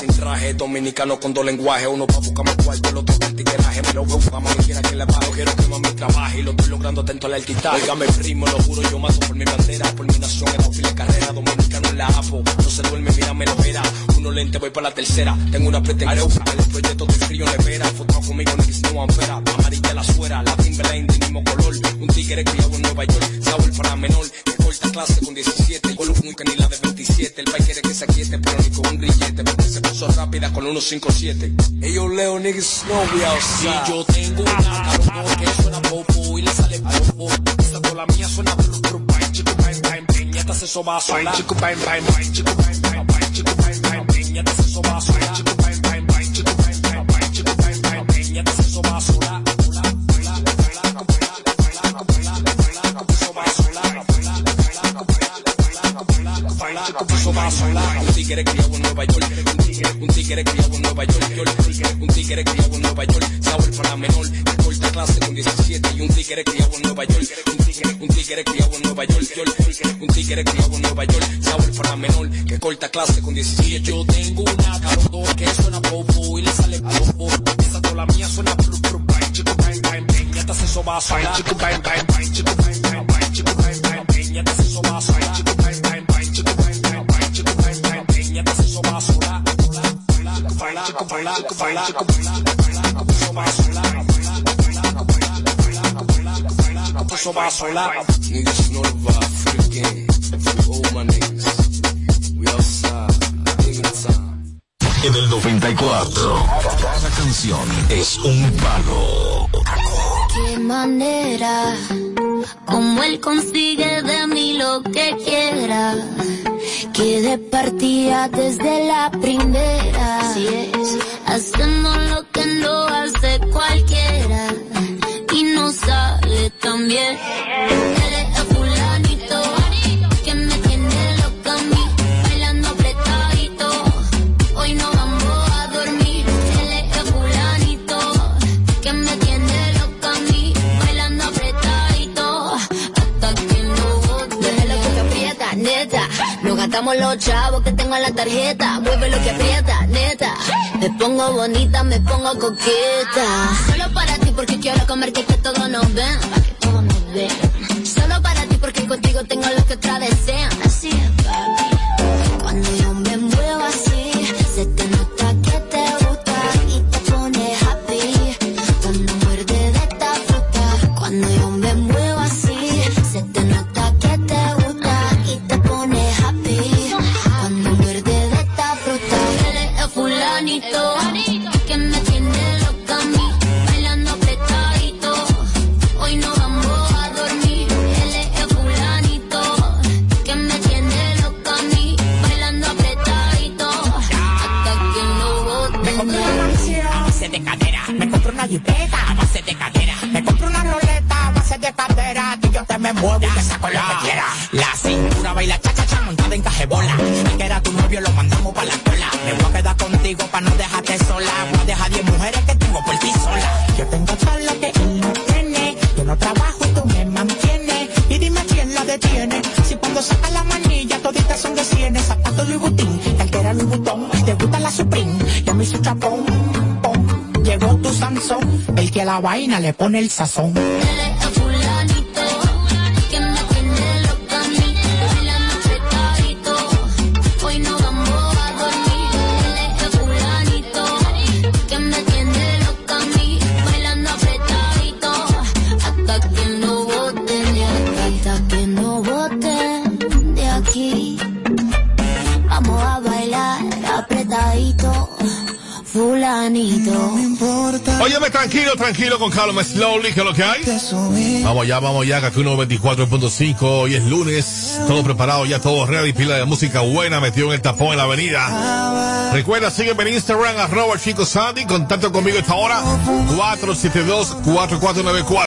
Sin traje dominicano con dos lenguajes, uno pa' buscar más cuarto, el otro pa' el tigueraje. Me lo veo pa' mami, quiera que la paro, quiero que mami trabaje y lo estoy logrando atento al artista. Óigame, primo, lo juro, yo mato por mi bandera, por mi nación, en fila de carrera, dominicano en la APO. No se duerme, mira, me lo verá. Uno lente, voy pa' la tercera, tengo una pretensión, el proyecto de frío nevera, foto conmigo, ni que no ampera, amarilla la suera, la Timberline del mismo color, un tigre criado en Nueva York, sabor para menor, de corta clase con 17, el gol nunca ni la de 27, el país quiere que se aquiete, pero ni con un grillete, porque se puso rápida con 1.57. Ellos leo niggas no we outside. Y yo tengo una a los dos que suena popo y le sale popo. Esa tola mía suena pru pru pain, chico pain pain pain. Ya te hace soba sola. Chico pain pain pain, chico pain pain pain, chico pain pain pain. Ya te hace soba sola. Chico pain pain pain, chico pain pain pain, chico pain pain pain. Ya te hace soba sola. Chico puso más sola. Un tigre criado en Nueva York, un tigre, un tigre criado en Nueva York, York. un tigre criado en Nueva York, sabor para menor, de corta clase con 17 y un tigre criado en Nueva York, un tigre, un tigre criado en Nueva York, York. un tigre criado en Nueva York, sabor para menor, que corta clase con 17. Yo tengo una a los dos que suena popo y le sale popo. Esa tola mía suena pru pru pain, chico pain pain pain. Ya te hace soba sola. Chico pain pain pain, chico pain pain pain, chico pain pain pain. Ya te hace soba sola. Chico pain pain pain, chico pain pain pain, chico pain pain pain. Ya te hace soba sola. Chico pain, chico pain, chico pain, chico pain, chico pain, chico pain, soba sola. Chico puso más sola. Niggas know the vibe, free game. Oh my niggas, we outside, living time. En el 94, cada canción es un palo. qué manera, como él consigue de mí lo que quiera. Quedé partida desde la primera, haciendo lo que no hace cualquiera y no sale tan bien. Eres el fulanito que me tiene loca a mí, bailando apretadito. Hoy no vamos a dormir. Él es el fulanito que me tiene loca a mí, bailando apretadito, hasta que no bote. Mueve lo que te aprieta, neta. Nos gastamos los chavos que tengo en la tarjeta. Mueve lo que aprieta, neta. Me pongo bonita, me pongo coqueta. Solo para ti porque quiero comerte que todos nos ven. Pa' que todos nos ven. Solo para ti porque contigo tengo lo que otra desean. Así es, papi. Cuando yo me muevo así, se te nota que te gusta y te pone happy. Cuando muerde de esta fruta, cuando yo me muevo así, se te nota que te gusta y te pone happy. Cuando muerde de esta fruta, Él es el fulanito que me tiene loca a mí, bailando apretadito. Hoy no vamos a dormir. Él es el fulanito que me tiene loca a mí, bailando apretadito. pa' no dejarte sola. Voy a dejar 10 mujeres que tengo por ti sola. Yo tengo todo lo que él no tiene. Yo no trabajo y tú me mantienes. Y dime quién la detiene. Si cuando saca la manilla, toditas son de cienes. Zapatos Louis Vuitton, cartera Louis Vuitton. Te gusta la Supreme, ya me hizo chapón. pom. Llegó tu Sansón, el que a la vaina le pone el sazón. a fulanito que me tiene loca a mí. En la noche todito, hoy no vamos a dormir. Dile a fulanito que me tiene loca a mí. Bailando apretadito hasta que no boten de aquí. Hasta que no boten de aquí. Vamos a bailar apretadito, fulanito. No me importa. Óyeme, tranquilo, tranquilo, con calma, slowly, que es lo que hay. Vamos ya, vamos ya, Kakuno 24.5, hoy es lunes, todo preparado, ya todo ready, pila de música buena, metido en el tapón en la avenida. Recuerda, sígueme en Instagram, arroba chico Sandy, contacto conmigo a esta hora, 472-4494.